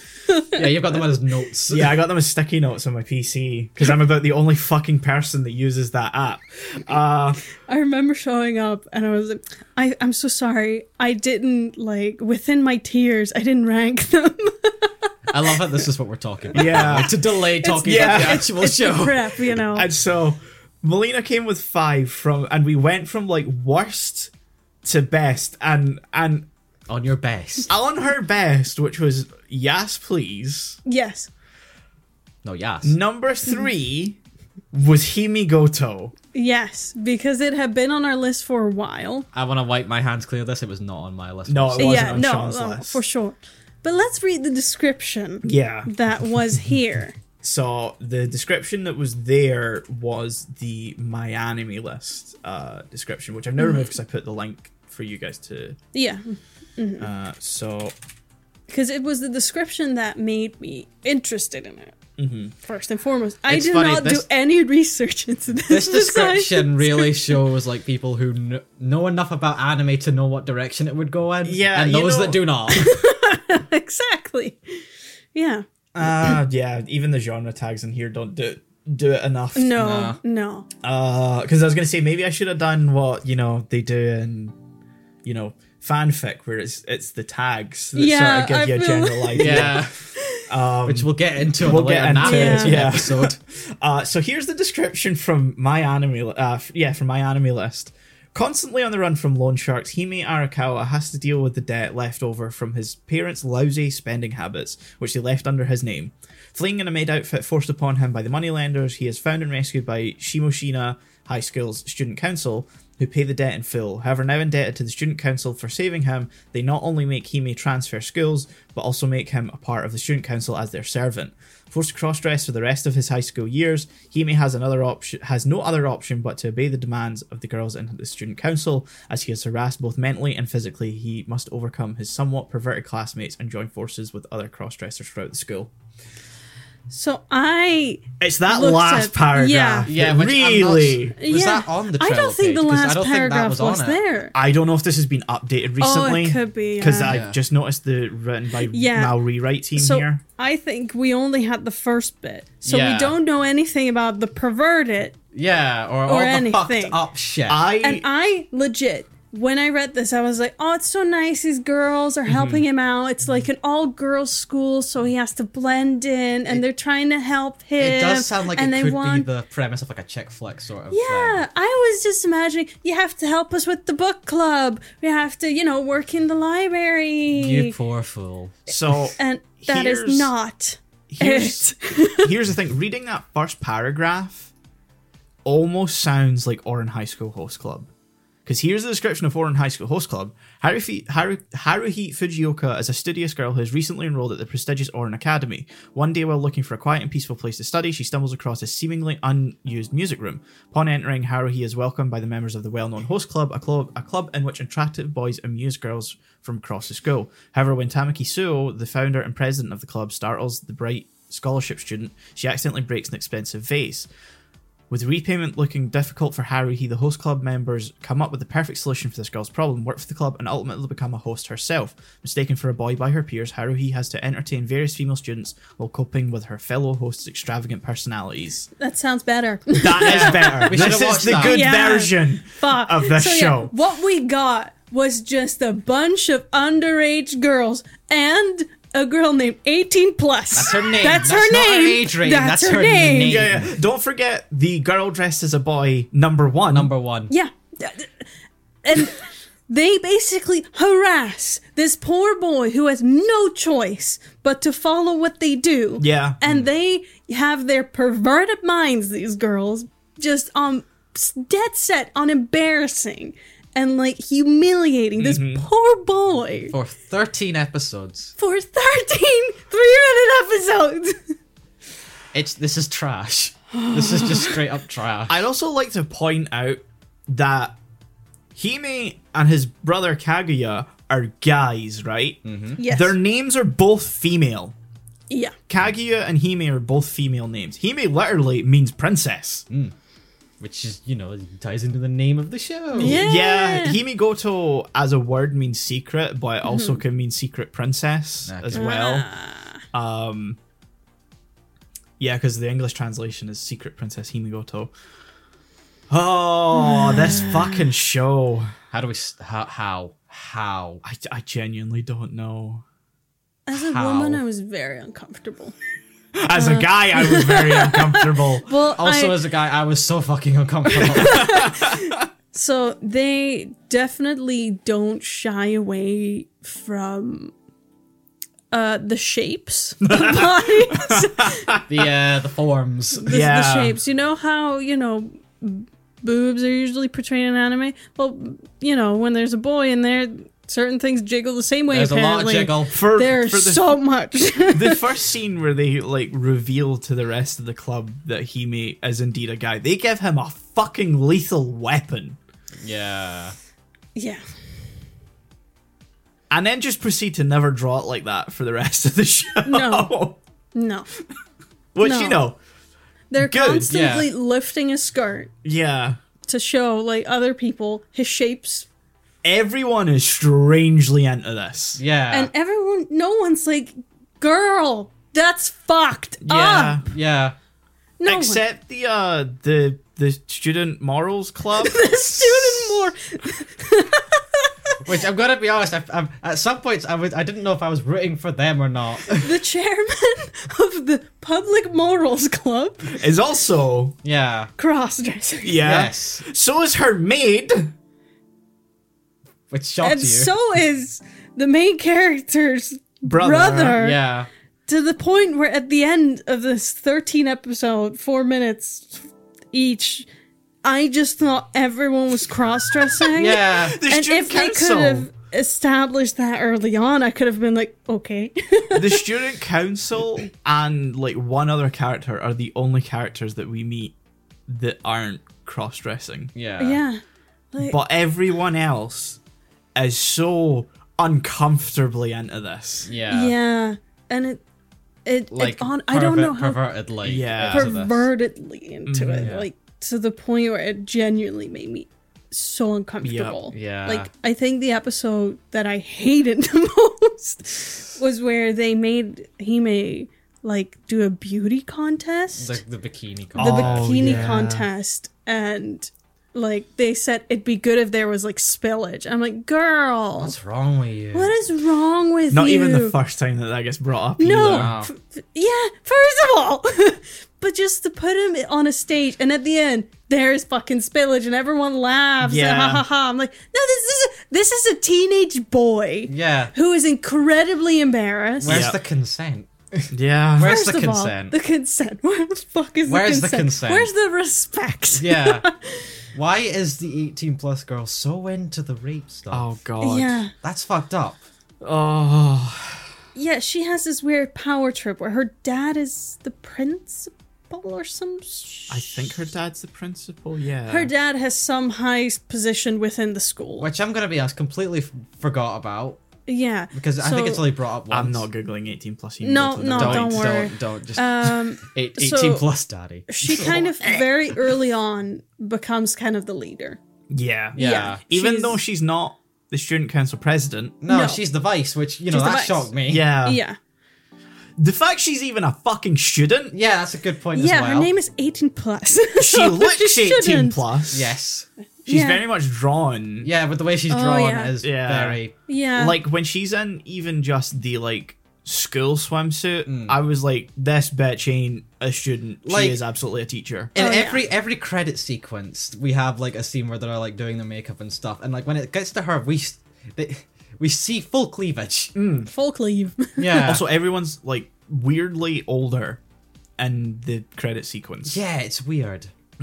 yeah, you've got them as notes.
Yeah, I got them as sticky notes on my PC because I'm about the only fucking person that uses that app. Uh,
I remember showing up and I was like, I, I'm so sorry. I didn't, like, within my tears, I didn't rank them.
I love that. This is what we're talking about.
Yeah.
Like, to delay talking
yeah,
about the
it's-
actual
it's the
show.
prep, you know.
and so Melina came with five from, and we went from like worst to best, and and
On your best.
on her best, which was yes, please.
yes.
No, yes.
Number three was Himi Goto.
Yes. Because it had been on our list for a while.
I want to wipe my hands clear. of This it was not on my list.
No, it wasn't
yeah,
on
no,
Sean's
uh,
list.
for sure. But let's read the description
Yeah.
that was here.
So the description that was there was the My Anime List uh, description, which I've now removed because I put the link for you guys to.
yeah,
Uh, so
because it was the description that made me interested in it. First and foremost, I
Mm-hmm. It's
did
funny,
not
this-
do any research into this,
This
design.
description really shows like people who kn- know enough about anime to know what direction it would go in,
Yeah,
and
you
those
know-
that do not.
exactly. Yeah.
Ah, yeah. Even the genre tags in here don't do do it enough.
No.
Nah.
No.
because I was gonna say maybe I should have done what you know they do in, you know, fanfic where it's it's the tags that
Yeah,
sort
I
of give you a
feel
general idea.
yeah, Um, which we'll get into on
we'll
a later
get into
it,
narrative
yeah.
episode.
Uh, so here's the description from my anime. Uh, f- yeah, from my anime list. Constantly on the run from loan sharks, Hime Arakawa has to deal with the debt left over from his parents' lousy spending habits, which they left under his name. Fleeing in a maid outfit forced upon him by the moneylenders, he is found and rescued by Shimoshina High School's student council, who pay the debt in full. However, now indebted to the student council for saving him, they not only make Hime transfer schools, but also make him a part of the student council as their servant. Forced to cross-dress for the rest of his high school years, Hime has another option has no other option but to obey the demands of the girls in the student council, as he is harassed both mentally and physically. He must overcome his somewhat perverted classmates and join forces with other cross-dressers throughout the school.
So I
It's that
Looks
last
at-
paragraph.
yeah.
that
Yeah, which I'm not
really.
s- Was
yeah,
that on the
I
Trello
don't think the
page? 'Cause I
last
don't think that
paragraph
was
was,
on it.
there.
I don't know if this has been updated recently.
Oh, could be,
Because
yeah.
I've
Yeah.
just noticed the written by
Yeah.
Mal rewrite team
so
here.
I think we only had the first bit, so
Yeah.
we don't know anything about the perverted.
Yeah, or, all
Or
the fucked
anything.
up shit.
I
And I legit, when I read this, I was like, "Oh, it's so nice. These girls are helping
Mm-hmm.
him out. It's like an all-girls school, so he has to blend in, and they're trying to help him.
it does sound like it
and they
could
want-
be the premise of like a chick flick sort of
Yeah,
thing.
I was just imagining you have to help us with the book club. We have to, you know, work in the library.
You poor fool.
so
and that is
Here's-
not
here's
it.
here's the thing. Reading that first paragraph almost sounds like Oran High School Host Club. Because here's the description of Oran High School Host Club. Haruhi, Haru, Haruhi Fujioka is a studious girl who has recently enrolled at the prestigious Oran Academy. One day, while looking for a quiet and peaceful place to study, she stumbles across a seemingly unused music room. Upon entering, Haruhi is welcomed by the members of the well-known Host Club, a club, a club in which attractive boys amuse girls from across the school. However, when Tamaki Suo, the founder and president of the club, startles the bright scholarship student, she accidentally breaks an expensive vase. With repayment looking difficult for Harry, he, the host club members come up with the perfect solution for this girl's problem, work for the club, and ultimately become a host herself. Mistaken for a boy by her peers, Haruhi has to entertain various female students while coping with her fellow hosts' extravagant personalities.
that sounds better.
That is better.
We should've
this is
watched
the
that.
good
Yeah.
version.
Fuck.
Of the
So, yeah,
show.
what we got was just a bunch of underage girls and a girl named 18 plus. That's
her name.
That's,
That's
her
not her
name.
age rating.
That's,
That's
her,
her
name.
name.
Yeah, yeah. Don't forget the girl dressed as a boy, number one.
Number one.
Yeah. And they basically harass this poor boy who has no choice but to follow what they do.
Yeah.
Mm.
And they have their perverted minds, these girls, just um s- dead set on embarrassing and like humiliating this
Mm-hmm.
poor boy
For 13 episodes.
for 13 three-minute episodes.
Mm-hmm. It's This is trash. this is just straight up trash.
I'd also like to point out that Hime and his brother Kaguya are guys, right?
yes.
Their names are both female.
yeah.
Kaguya and Hime are both female names. Hime literally means princess.
Mm.
Which is, you know, ties into the name of the show.
Yeah.
Yeah, Hime Goto as a word means secret, but it also
Mm-hmm.
can mean secret princess
Okay.
as well. Um,
Ah.
yeah, because the English translation is secret princess Hime Goto. Oh, this fucking show.
How do we. s- How? How? how?
I, I genuinely don't know.
As a
How?
woman, I was very uncomfortable.
As a guy, I was very uncomfortable.
Uh. Well,
Also,
I-
as a guy, I was so fucking uncomfortable.
So they definitely don't shy away from uh the shapes of bodies.
the uh, the forms.
the,
Yeah.
the shapes. You know how, you know, boobs are usually portrayed in anime? Well, you know, when there's a boy in there, certain things jiggle the same way
There's a lot of
apparently.
jiggle.
For,
There's
for the,
so much.
the first scene where they like reveal to the rest of the club that Hime is indeed a guy, they give him a fucking lethal weapon.
Yeah.
yeah.
And then just proceed to never draw it like that for the rest of the show.
No. No.
What'd she
No.
know?
They're
Good,
constantly
yeah.
lifting a skirt
Yeah.
to show like other people his shapes,
Everyone is strangely into this.
Yeah.
and everyone, no one's like, "Girl, that's fucked
Yeah.
up."
yeah.
No one-
Except the uh the the student morals club.
student more.
Which I'm gonna be honest. I, I'm, at some points, I was I didn't know if I was rooting for them or not.
The chairman of the Public Morals Club,
is also
Yeah.
crossdresser,
yeah.
Yes.
So is her maid.
Which shocked
and
you.
so is the main character's
Brother.
brother.
yeah.
To the point where at the end of this 13 episode, four minutes each, I just thought everyone was cross dressing.
Yeah.
The
And
student
if they
council.
could have established that early on, I could have been like, okay.
the student council and like one other character are the only characters that we meet that aren't cross-dressing.
Yeah.
yeah. Like,
But everyone else is so uncomfortably into this.
Yeah.
yeah. And it, it,
Like
it on, I don't
pervert-
know how
perverted like uh,
Yeah.
into this.
pervertedly into
Mm-hmm,
it,
yeah.
like to the point where it genuinely made me so uncomfortable.
Yeah.
Like I think the episode that I hated the most was where they made Hime like do a beauty contest,
the, the bikini.
the
Contest.
Oh,
bikini
yeah.
contest, and like they said it'd be good if there was like spillage. I'm like, girl,
What's wrong with you?
what is wrong with
Not
you?
even the first time that that gets brought up.
No.
either.
Wow.
F- f- yeah, first of all. but just to put him on a stage and at the end, there's fucking spillage and everyone laughs. and
Yeah.
ha ha ha. I'm like, no, this is a, this is a teenage boy
Yeah.
who is incredibly embarrassed.
Where's
Yeah.
the consent?
Yeah.
Where's
First
the
of
consent?
All, the consent. Where the fuck is
Where's the
the,
consent?
consent? Where's the respect?
Yeah. Why is the 18 plus girl so into the rape stuff?
Oh god.
Yeah.
That's fucked up.
Oh.
Yeah, she has this weird power trip where her dad is the principal or some sh-
I think her dad's the principal. Yeah.
her dad has some high position within the school.
Which I'm gonna be honest, completely f- forgot about
Yeah.
because I think
so-
it's only brought up once.
I'm not googling 18 plus. You
No,
can go to
no,
the
Don't,
doc-
Oh, don't worry.
Don't, don't just
Um,
eight, 18
so-
plus, daddy.
she kind of very early on becomes kind of the leader.
Yeah.
Yeah.
Even
she's-
though she's not the student council president.
No,
No.
she's the vice, which you know
She's the
that
vice.
shocked me.
Yeah.
yeah,
The fact she's even a fucking student.
yeah, that's a good point
yeah,
as well.
her name is eighteen plus.
She looks 18
shouldn't.
plus.
yes,
She's
Yeah.
very much drawn.
yeah, but the way she's
Oh,
drawn
yeah.
is
Yeah.
very
Yeah,
Like when she's in even just the like school swimsuit, I was like, this bitch ain't a student.
Like-
she is absolutely a teacher.
in
Oh, yeah.
every every credit sequence we have like a scene where they're like doing the makeup and stuff, and like when it gets to her, we s- they, we see full cleavage.
full cleave.
Yeah,
Also, everyone's like weirdly older in the credit sequence.
yeah, it's weird.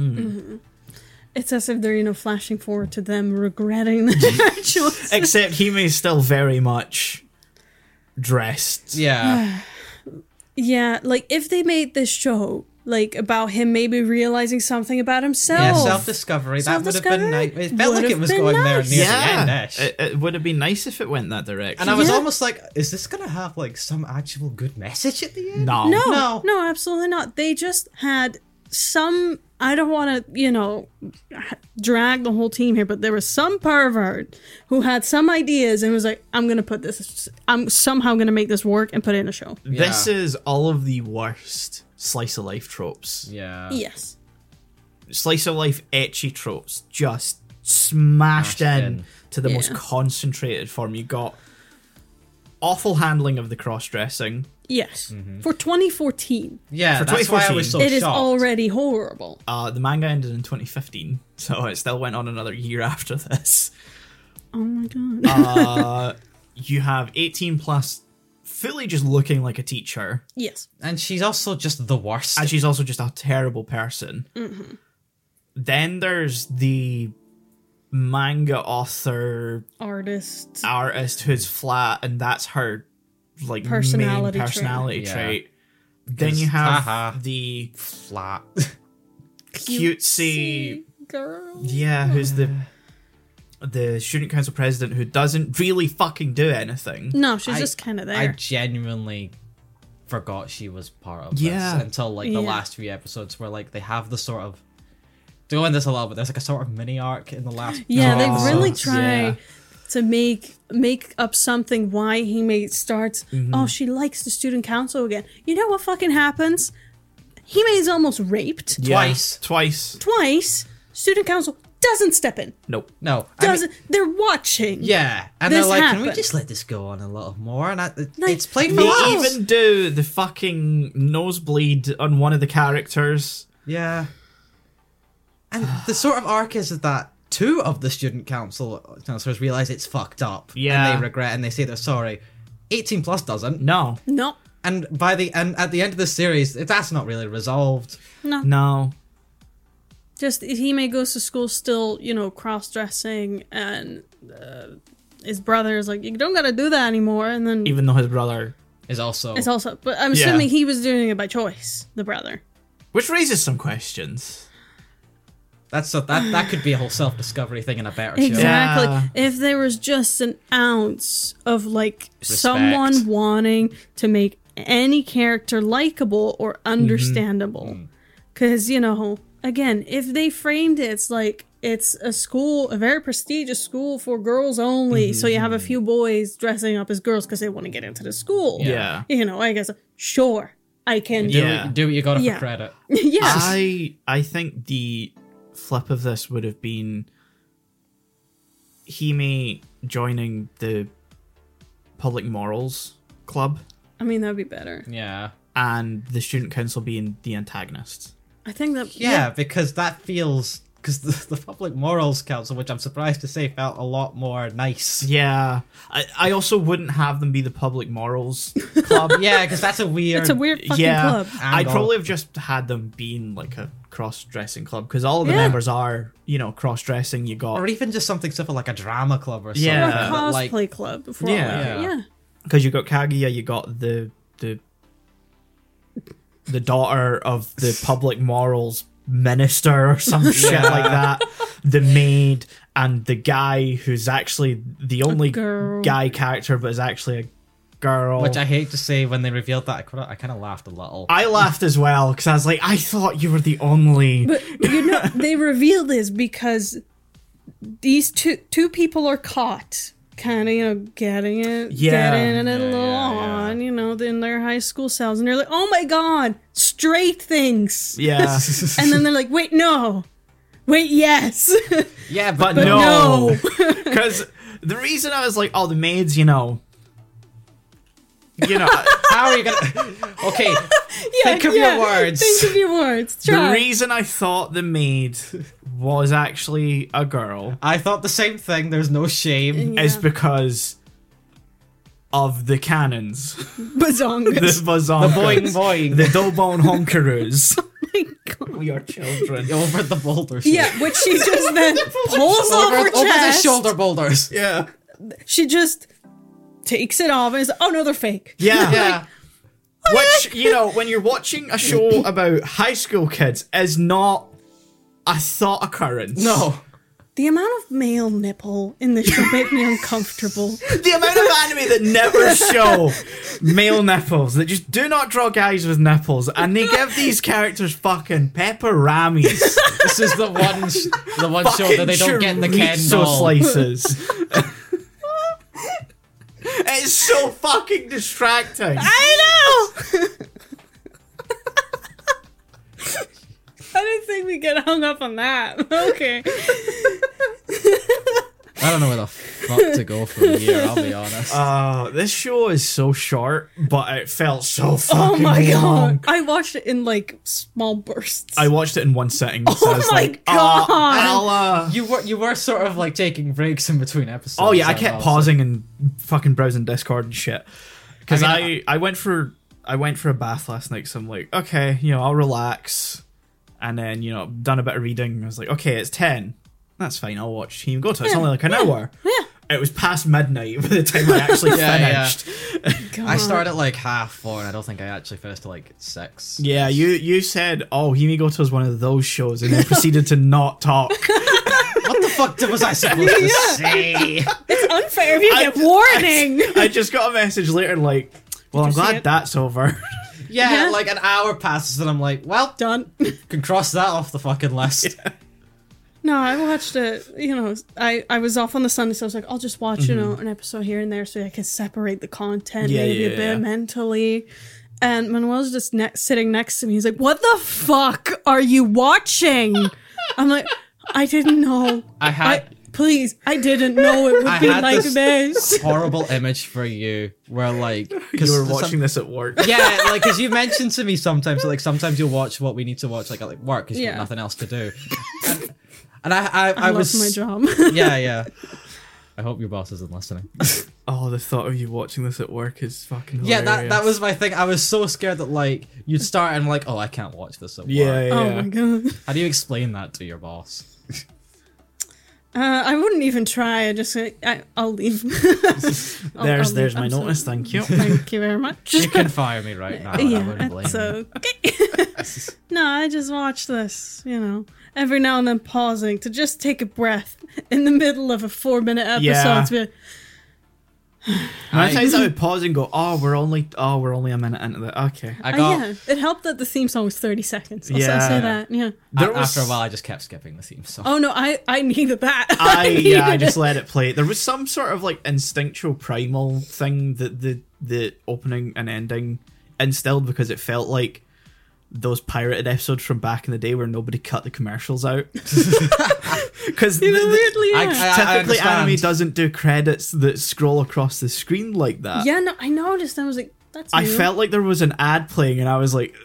it's as if they're you know flashing forward to them regretting their choice.
Except Hime is still very much dressed.
Yeah,
yeah, like if they made this show like about him maybe realizing something about himself.
yeah, self discovery. That would have been nice.
Oh. Self-discovery
It felt like it
would've
was
been
going there
nice.
near the end.
Yeah,
ish.
it, it would have been nice if it went that direction.
And I was
Yeah.
almost like, is this gonna have like some actual good message at the end?
no,
No,
No.
Oh, no, absolutely not. They just had some. I don't want to, you know, drag the whole team here, but there was some pervert who had some ideas and was like, "I'm gonna put this. I'm somehow gonna make this work and put it in a show."
this
Yeah.
is all of the worst slice of life tropes.
Yeah.
Yes.
Slice of life etchy tropes just smashed
Smashed
in,
in.
to the most
Yeah.
concentrated form. You got awful handling of the cross dressing.
Yes.
Mm-hmm.
For 2014,
Yeah.
For
that's why I
2014.
was so
it is
shocked.
already horrible.
Uh, the manga ended in 2015, so it still went on another year after this.
Oh my god.
Uh, you have 18 plus fully just looking like a teacher,
yes.
and she's also just the worst.
and she's also just a terrible person. Then there's the manga author
Artists.
artist who's flat, and that's her like
Personality
main
trait.
personality
Yeah.
trait. Then
Because-
you have
haha.
the
flat.
cutesy,
girl.
yeah, who's the the student council president who doesn't really fucking do anything.
No, she's
I-
just kind of
I
there.
genuinely forgot she was part of
Yeah.
this until like the
Yeah.
last few episodes where like they have the sort of to go in this a lot, but there's like a sort of mini arc in the last.
Yeah,
few
they really
episodes.
try
Yeah.
to make make up something why he may starts. Oh, she likes the student council again. You know what fucking happens? He may is almost raped
Yeah,
Twice.
twice.
twice. Student council doesn't step in.
Nope.
No, I mean-
Doesn't they're watching?
yeah, and
This
they're like, can
happened.
we just let this go on a little more? And I, it-
Like,
it's played for
They
Wow.
laughs.
even do the fucking nosebleed on one of the characters.
Yeah. And the sort of arc is that two of the student council counselors realize it's fucked up.
Yeah.
And they regret and they say they're sorry. 18 plus doesn't.
No,
No.
And by the and at the end of the series, it- that's not really resolved.
No.
no.
Just he may goes to school still, you know, cross dressing, and uh, his brother is like, you don't gotta do that anymore. And then
Even though his brother,
Is also
it's also, but I'm
Yeah.
assuming he was doing it by choice. The brother.
which raises some questions.
that's so that that could be a whole self discovery thing in a better show.
Yeah.
Exactly. If there was just an ounce of like someone wanting to make any character likable or
Mm-hmm.
understandable.
Mm.
Cuz you know, again, if they framed it it's like it's a school, a very prestigious school for girls only. So you have a few boys dressing up as girls cuz they want to get into the school.
Mm-hmm. Yeah.
You know, I guess sure. I can
Do,
do
Yeah.
what, do what you got to
Yeah.
for credit.
yeah.
I I think the flip of this would have been Hime joining the public morals club
I mean, that'd be better.
Yeah.
and the student council being the antagonists.
I think that
yeah, because that feels because the, the public morals council, which I'm surprised to say, felt a lot more nice.
Yeah. I, I also wouldn't have them be the public morals club.
Yeah, because that's a weird.
it's a weird fucking
yeah. Uh,
club.
I'd
Angle.
probably have just had them being like a cross dressing club because all of the
Yeah.
members are, you know, cross dressing. You
or
got
even just something simple like a drama club or something.
Yeah.
Or a
Uh,
that,
cosplay
like,
club for all
Yeah.
I know.
Yeah.
yeah.
because you got Kaguya, you got the the the daughter of the public morals minister or some shit like that, the maid, and the guy who's actually the only
girl.
guy character but is actually a girl.
which I hate to say when they revealed that, I, coulda- I kind of laughed a little.
I laughed as well because I was like, I thought you were the only.
But you know, they reveal this because these two two people are caught, kind of you know getting it,
Yeah.
getting it a
Yeah,
little
yeah, yeah.
on, you know, in their high school cells, and they're like, "Oh my god, straight things,"
yeah.
and then they're like, "Wait, no." Wait, yes.
yeah,
But
but,
no.
no.
Because the reason I was like, oh, the maids, you know. You know,
how are you gonna? Okay,
Yeah,
Think of your words.
Think of your words.
the
Try.
reason I thought the maid was actually a girl
I thought the same thing. There's no shame.
Yeah.
is because of the cannons, the
Bazongas.
bazongas,
Boing boing
the dobon honkaroos.
Oh my God.
we are children.
over the boulders.
Yeah, which she just then pulls off
over,
her
over the
chest.
shoulder boulders.
Yeah,
she just takes it off and is oh no they're fake
yeah,
Yeah,
Which you know, when you're watching a show about high school kids, is not a thought occurrence.
no.
the amount of male nipple in this show make me uncomfortable
The amount of anime that never show male nipples, that just do not draw guys with nipples, and they give these characters fucking pepper rammies,
This is the one, sh- the one show
fucking
that they don't get the Ken
chorizo
doll.
slices. it's so fucking distracting.
i know i didn't think we get hung up on that okay
I don't know where the fuck to go from here. I'll be honest.
Uh, this show is so short, but it felt so
oh
fucking
my
long.
god i watched it in like small bursts
I watched it in one sitting. so
Oh
I was
my
like, "Oh,
God."
I'll, uh,
you were you were sort of like taking breaks in between episodes.
Oh yeah, I
and
kept
all, so-
pausing and fucking browsing Discord and shit. Because
I
I,
mean,
I went for I went for a bath last night, so I'm like, okay, you know, I'll relax, and then you know, done a bit of reading. I was like, okay, it's ten, that's fine. I'll watch Team Go to. It's only like an hour.
yeah
It was past midnight by the time I actually
Yeah, yeah.
finished.
Mm.
I started at like half four, and I don't think I actually finished till like six.
Yeah, you you said, oh, Himigoto is one of those shows, and then proceeded to not talk.
What the fuck was I supposed to say?
it's unfair if you
I-
get warning
I just got a message later, like, Well,
you
I'm
see
glad
it?
that's over.
Yeah,
Yeah.
like an hour passes and I'm like, well,
Done.
can cross that off the fucking list.
No, I watched it. You know, I, I was off on the Sunday, so I was like, I'll just watch, you know,
Mm-hmm.
an episode here and there so I can separate the content
Yeah,
maybe
yeah,
a bit
yeah.
mentally. And Manuel's just ne- sitting next to me. He's like, What the fuck are you watching? I'm like, I didn't know.
I had
please, I didn't know it would
I
be
had
like
this-
this.
horrible image for you where like
you were
some-
watching this at work.
yeah, like because you mentioned to me sometimes, like sometimes you'll watch what we need to watch, like at like work because you have
Yeah.
nothing else to do. And, and I, I, I,
I, lost
was,
my job.
yeah, yeah. I hope your boss isn't listening.
Oh, the thought of you watching this at work is fucking
yeah,
hilarious.
that that was my thing. I was so scared that like you'd start and like, oh, I can't watch this at
Yeah,
work.
yeah.
Oh my god.
How do you explain that to your boss?
Uh, I wouldn't even try. I just I, I'll leave.
oh,
I'll-
There's
I'll
there's
leave.
my
I'm so-
notice. Thank you.
Thank you very much.
You can fire me right
Oh,
now. I wouldn't blame
it's
you.
okay. no, I just watch this, you know, every now and then pausing to just take a breath in the middle of a four minute episode.
Yeah.
to be like,
Many
I-
times I would pause and go, "Oh, we're only oh, we're only a minute into that." Okay.
I
"Oh,
got.
yeah, it helped that the theme song was 30 seconds. I'll yeah.
Yeah.
say that. Yeah.
a-
There was-
After a while, I just kept skipping the theme song.
Oh, no, I, I needed that.
I yeah, I
needed
just
it.
let it play. There was some sort of like instinctual primal thing that the the opening and ending instilled because it felt like those pirated episodes from back in the day where nobody cut the commercials out. Because
You know, weirdly,
I-
yeah.
I-
typically
understand.
anime doesn't do credits that scroll across the screen like that.
yeah, no, I noticed. I was like, that's
uh, I
new.
felt like there was an ad playing and I was like,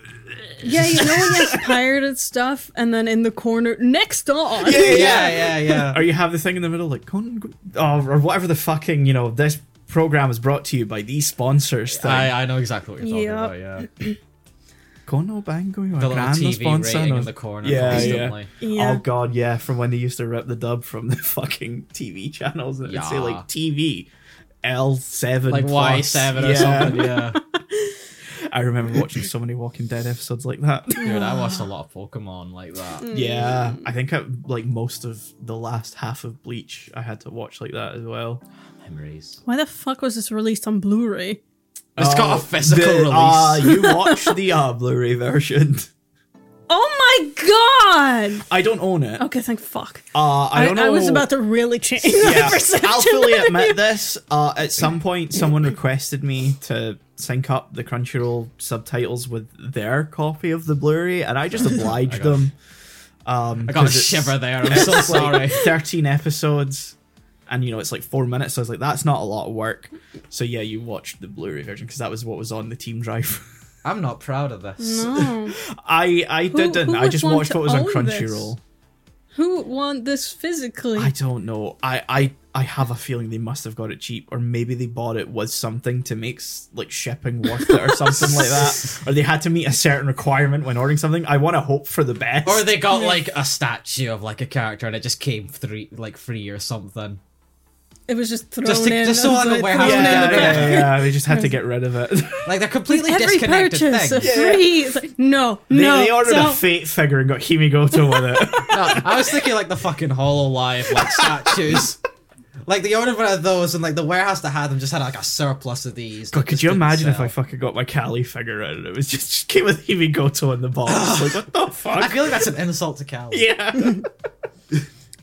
Yeah, you know when you have pirated stuff and then in the corner, next on.
yeah,
yeah, yeah, yeah.
or you have the thing in the middle like Conan, oh, or whatever the fucking you know this program is brought to you by these sponsors thing.
I, I know exactly what you're talking
Yep.
about. Yeah.
Kono Bango, your
the little
grand
TV
sponsor.
rating
no-
in the corner
Yeah,
constantly.
Yeah.
Oh god, yeah, from when they used to rip the dub from the fucking TV channels and it would say
Yeah.
like TV L seven,
Like Y seven or something. Yeah,
I remember watching so many Walking Dead episodes like that.
dude, I watched a lot of Pokemon like
Mm.
that.
yeah, I think I, like most of the last half of Bleach, I had to watch like that as well.
Memories.
Why the fuck was this released on Blu ray?
It's got a physical
the-
release.
Ah, you watched the uh, Blu-ray version.
Oh my god!
I don't own it.
Okay, thank fuck.
Uh, I
I,
don't know.
I was about to really change my perception.
I'll fully admit this. Uh, at some point, someone requested me to sync up the Crunchyroll subtitles with their copy of the Blu-ray, and I just obliged them. Um,
I got a
'cause it's-
shiver there. I'm so
it's like
sorry.
Thirteen episodes, and you know it's like four minutes. So I was like, that's not a lot of work. So yeah, you watched the Blu-ray version because that was what was on the Team Drive.
I'm not proud of this.
No.
I I didn't.
who
I
would
just
want
watched
to
what was on
own this?
Crunchyroll.
Who won this physically?
I don't know. I, I I have a feeling they must have got it cheap, or maybe they bought it with something to make s- like shipping worth it, or something like that. Or they had to meet a certain requirement when ordering something. I want to hope for the best.
Or they got like a statue of like a character and it just came three like free or something.
it was just thrown
Just to-
in.
just so
as
I know
a
where
yeah,
thrown
I'm
in
yeah,
gonna
the
go.
back.
yeah, yeah, They just had to get rid of it.
Like they're completely
Every
disconnected
purchase, a
things.
free. It's like, no,
They,
no.
they ordered a
don't.
fate figure and got Himigoto with it.
No, I was thinking like the fucking Hollow Live like statues. Like the order of those and like the warehouse that had them just had like a surplus of these.
God,
that
could
just
you
didn't
imagine if
sell.
I fucking got my Kali figure out and it was just, just came with Himigoto in the box? like what the
I
fuck?
feel like that's an insult to Cal.
yeah.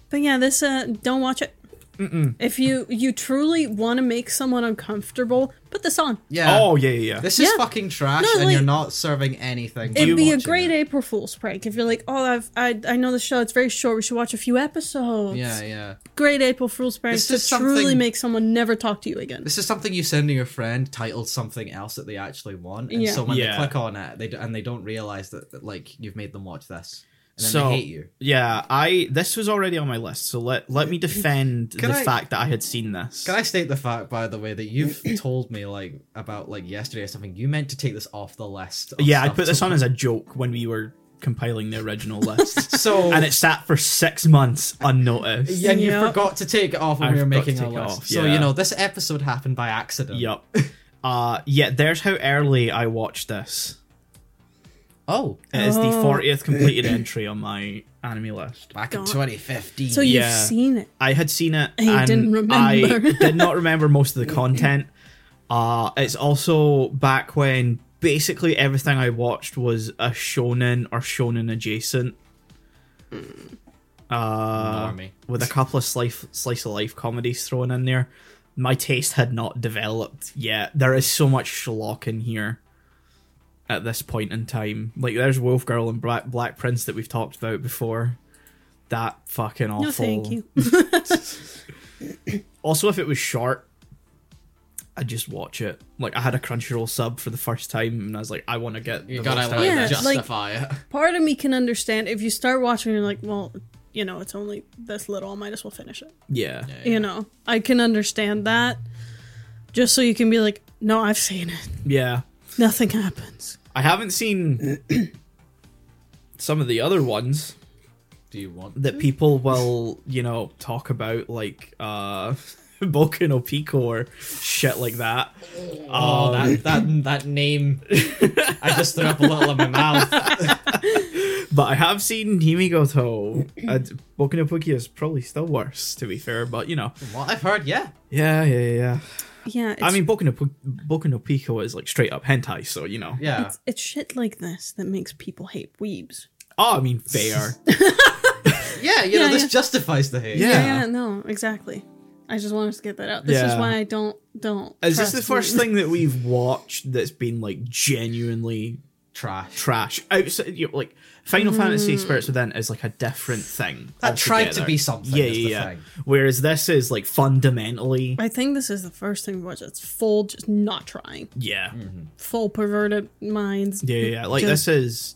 But yeah, this uh, don't watch it. If you you truly want to make someone uncomfortable, put this on.
Yeah.
Oh yeah, yeah. yeah.
This is
Yeah.
fucking trash,
No,
and
like-
you're not serving anything.
It'd
You
be a
watching
great
it.
April Fool's prank if you're like, oh, I've, I I know the show. It's very short. We should watch a few episodes.
Yeah, yeah.
Great April Fool's prank
This
to
is
truly
something-
make someone never talk to you again.
This is something you send to your friend titled something else that they actually want, and
Yeah.
so when
Yeah.
they click on it, they do, and they don't realize that, that, like you've made them watch this, and then
So-
they hate you.
Yeah, I this was already on my list, so let let me defend
Can
the
I-
fact that I had seen this.
Can I state the fact, by the way, that you've told me like about like yesterday or something? You meant to take this off the list. of
yeah, I
stuff
put this
to-
on as a joke when we were compiling the original list,
so
and it sat for six months unnoticed.
yeah, and you
Yep.
forgot to take it off when
I
we were
forgot to
making our
take it
list.
off,
So you
yeah.
know this episode happened by accident.
Yup. Uh, yeah, there's how early I watched this.
Oh,
It is the
Oh.
fortieth completed entry on my anime list.
back in
God.
2015.
So you've
Yeah.
seen it.
I had seen it.
And you
and
didn't
I
remember.
did not remember most of the content. Uh, it's also back when basically everything I watched was a shonen or shonen adjacent. Uh,
Normie.
with a couple of slice, slice of life comedies thrown in there. My taste had not developed yet. There is so much schlock in here at this point in time. Like, there's Wolf Girl and Black, Black Prince that we've talked about before. That fucking awful.
No, thank you.
Also, if it was short, I'd just watch it. Like, I had a Crunchyroll sub for the first time, and I was like, I want to get.
You
the
gotta
most out
like
of
Yeah,
this.
just- like-
justify it.
Part of me can understand if you start watching, you're like, well, you know, it's only this little. I might as well finish it.
yeah.
Yeah,
You know, I can understand that. Just so you can be like, no, I've seen it.
Yeah.
Nothing happens.
I haven't seen some of the other ones
Do you want?
that people will, you know, talk about, like uh Boku no Pico or shit like that.
Oh, that that that name! I just threw up a little in my mouth.
But I have seen Himigoto. and Boku no Pico is probably still worse, to be fair. But you know,
From what I've heard, yeah.
yeah, yeah, yeah.
Yeah, it's,
I mean, Boku no, Pu- Boku no Pico is like straight up hentai, so you know.
Yeah.
it's shit like this that makes people hate weebs.
Oh, I mean, fair.
Yeah, you know,
Yeah,
this
yeah.
justifies the hate.
Yeah.
Yeah, yeah, no, exactly. I just wanted to get that out. This is
Yeah.
why I don't don't.
Is this
trust
the first
weebs.
thing that we've watched that's been like genuinely
Trash.
trash outside you know, like final fantasy spirits within is like a different thing
Mm. That tried to
altogether.
be something,
yeah
is the
yeah, yeah.
thing.
whereas this is like fundamentally
I think this is the first thing we watched that's full, just not trying,
yeah
Mm-hmm.
full perverted minds.
yeah yeah yeah. like this
Just-
is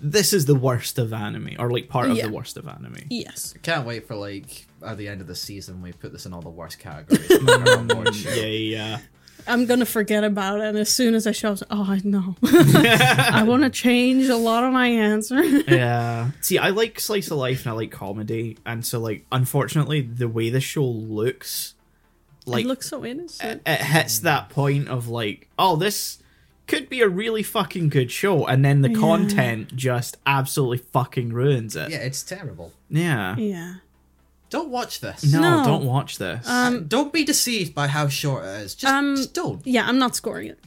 this is the worst of anime or like part of
Yeah.
the worst of anime
Yes.
Can't wait for like at the end of the season we put this in all the worst categories. and put it on board show.
yeah yeah
I'm gonna forget about it, and as soon as I show up, oh, I know. I want to change a lot of my answer.
yeah. yeah see i like slice of life and i like comedy and so like unfortunately the way the show looks like
it looks so innocent.
it hits that point of like, oh, this could be a really fucking good show, and then the
Yeah.
content just absolutely fucking ruins it.
Yeah, it's terrible.
Yeah.
yeah.
Don't watch this.
No,
No.
don't watch this.
Um.
Don't be deceived by how short it is. Just,
Um,
just don't.
Yeah, I'm not scoring it.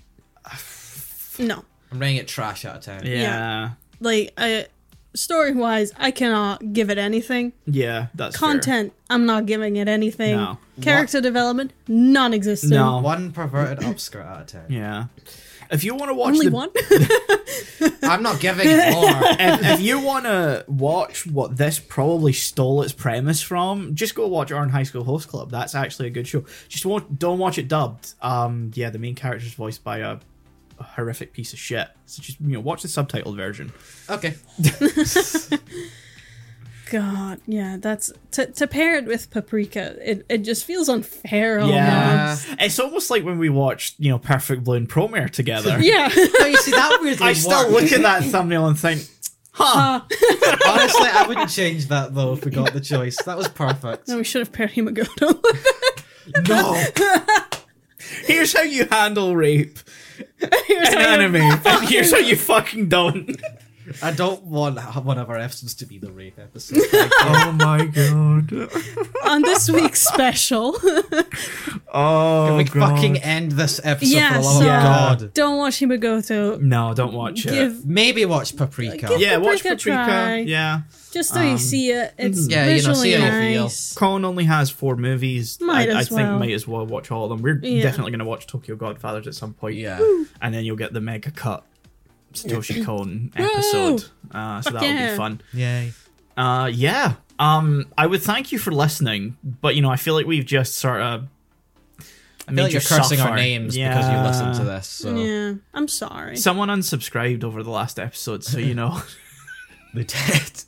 No,
I'm rating it trash out of ten.
yeah. yeah.
like I, story wise, I cannot give it anything.
that's fair.
Content, I'm not giving it anything.
No.
Character development, non-existent.
No.
One perverted upskirt out of ten.
Yeah. If you want to watch
Only
the,
one.
I'm not giving it more.
if, if you want to watch what this probably stole its premise from, just go watch Iron High School Host Club. That's actually a good show. Just wa- don't watch it dubbed. Um, yeah, the main character's voiced by a, a horrific piece of shit. So just you know, watch the subtitled version.
Okay.
God, yeah, that's to to pair it with paprika. It it just feels unfair. oh
Yeah,
Yeah.
it's almost like when we watched you know Perfect Blue and Promare together.
almost. yeah.
No, you see that weirdly.
I still
worked.
look at that thumbnail and think, huh?
Uh,
Honestly, I wouldn't change that though. If we got the choice, that was perfect.
no, we should have paired Himagoto.
No.
Here's how you handle rape
Here's
in
how you-
anime, and here's how you fucking don't.
I don't want one of our episodes to be the rape episode. Like,
oh my god.
on this week's special.
Oh,
can we
God.
fucking end this episode
yeah,
for the love
so
of God?
don't watch Himagoto.
No, don't watch it.
Give
Maybe watch Paprika.
Give-
yeah, watch
Paprika
Paprika.
try.
Yeah,
just so you see it. It's
Um, Yeah, you know,
visually
see it and feel.
nice.
Colin only has four movies.
Might
I,
as
I
well.
think might as well watch all of them. We're
Yeah.
definitely going to watch Tokyo Godfathers at some point.
Yeah.
and then you'll get the mega cut Satoshi Kon episode. Uh, so that'll
yeah.
be fun.
Yay.
Uh, yeah. Um, I would thank you for listening, but you know, I feel like we've just sort of. I
I feel like you're cursing our names because you listened to this. So
Yeah, I'm sorry.
Someone unsubscribed over the last episode, so you know.
they did.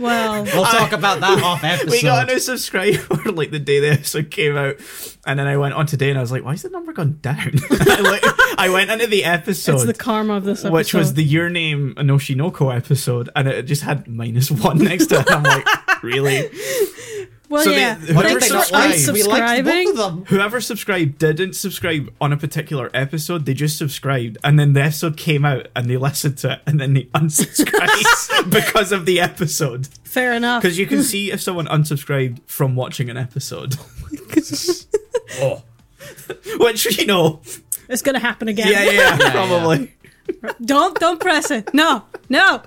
well,
We'll talk about that off episode.
we got a new subscriber like the day the episode came out, and then I went on today and I was like, "Why is the number gone down?" I, like, I went into the
it's
episode,
the karma of this episode.
which was the Your Name Anoshinoko episode, and it just had minus one next to it. And I'm like, "Really?"
well,
so they-
yeah.
what
Did
did
Thanks
they
for
not
not like?
subscribe?
We liked
unsubscribing.
both of them.
Whoever subscribed didn't subscribe on a particular episode. They just subscribed, and then the episode came out, and they listened to it, and then they unsubscribed because of the episode.
Fair enough.
Because you can see if someone unsubscribed from watching an episode.
Oh.
which you know,
It's gonna happen again.
yeah, yeah,
yeah.
probably.
Don't don't press it. No, no,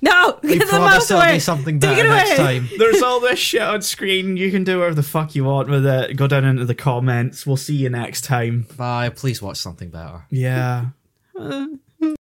no.
We
Get the mouse
promise there'll
away.
be something
Take
better
it
next
away.
time.
There's all this shit on screen. You can do whatever the fuck you want with it. Go down into the comments. We'll see you next time.
Bye. Please watch something better.
Yeah.
Uh,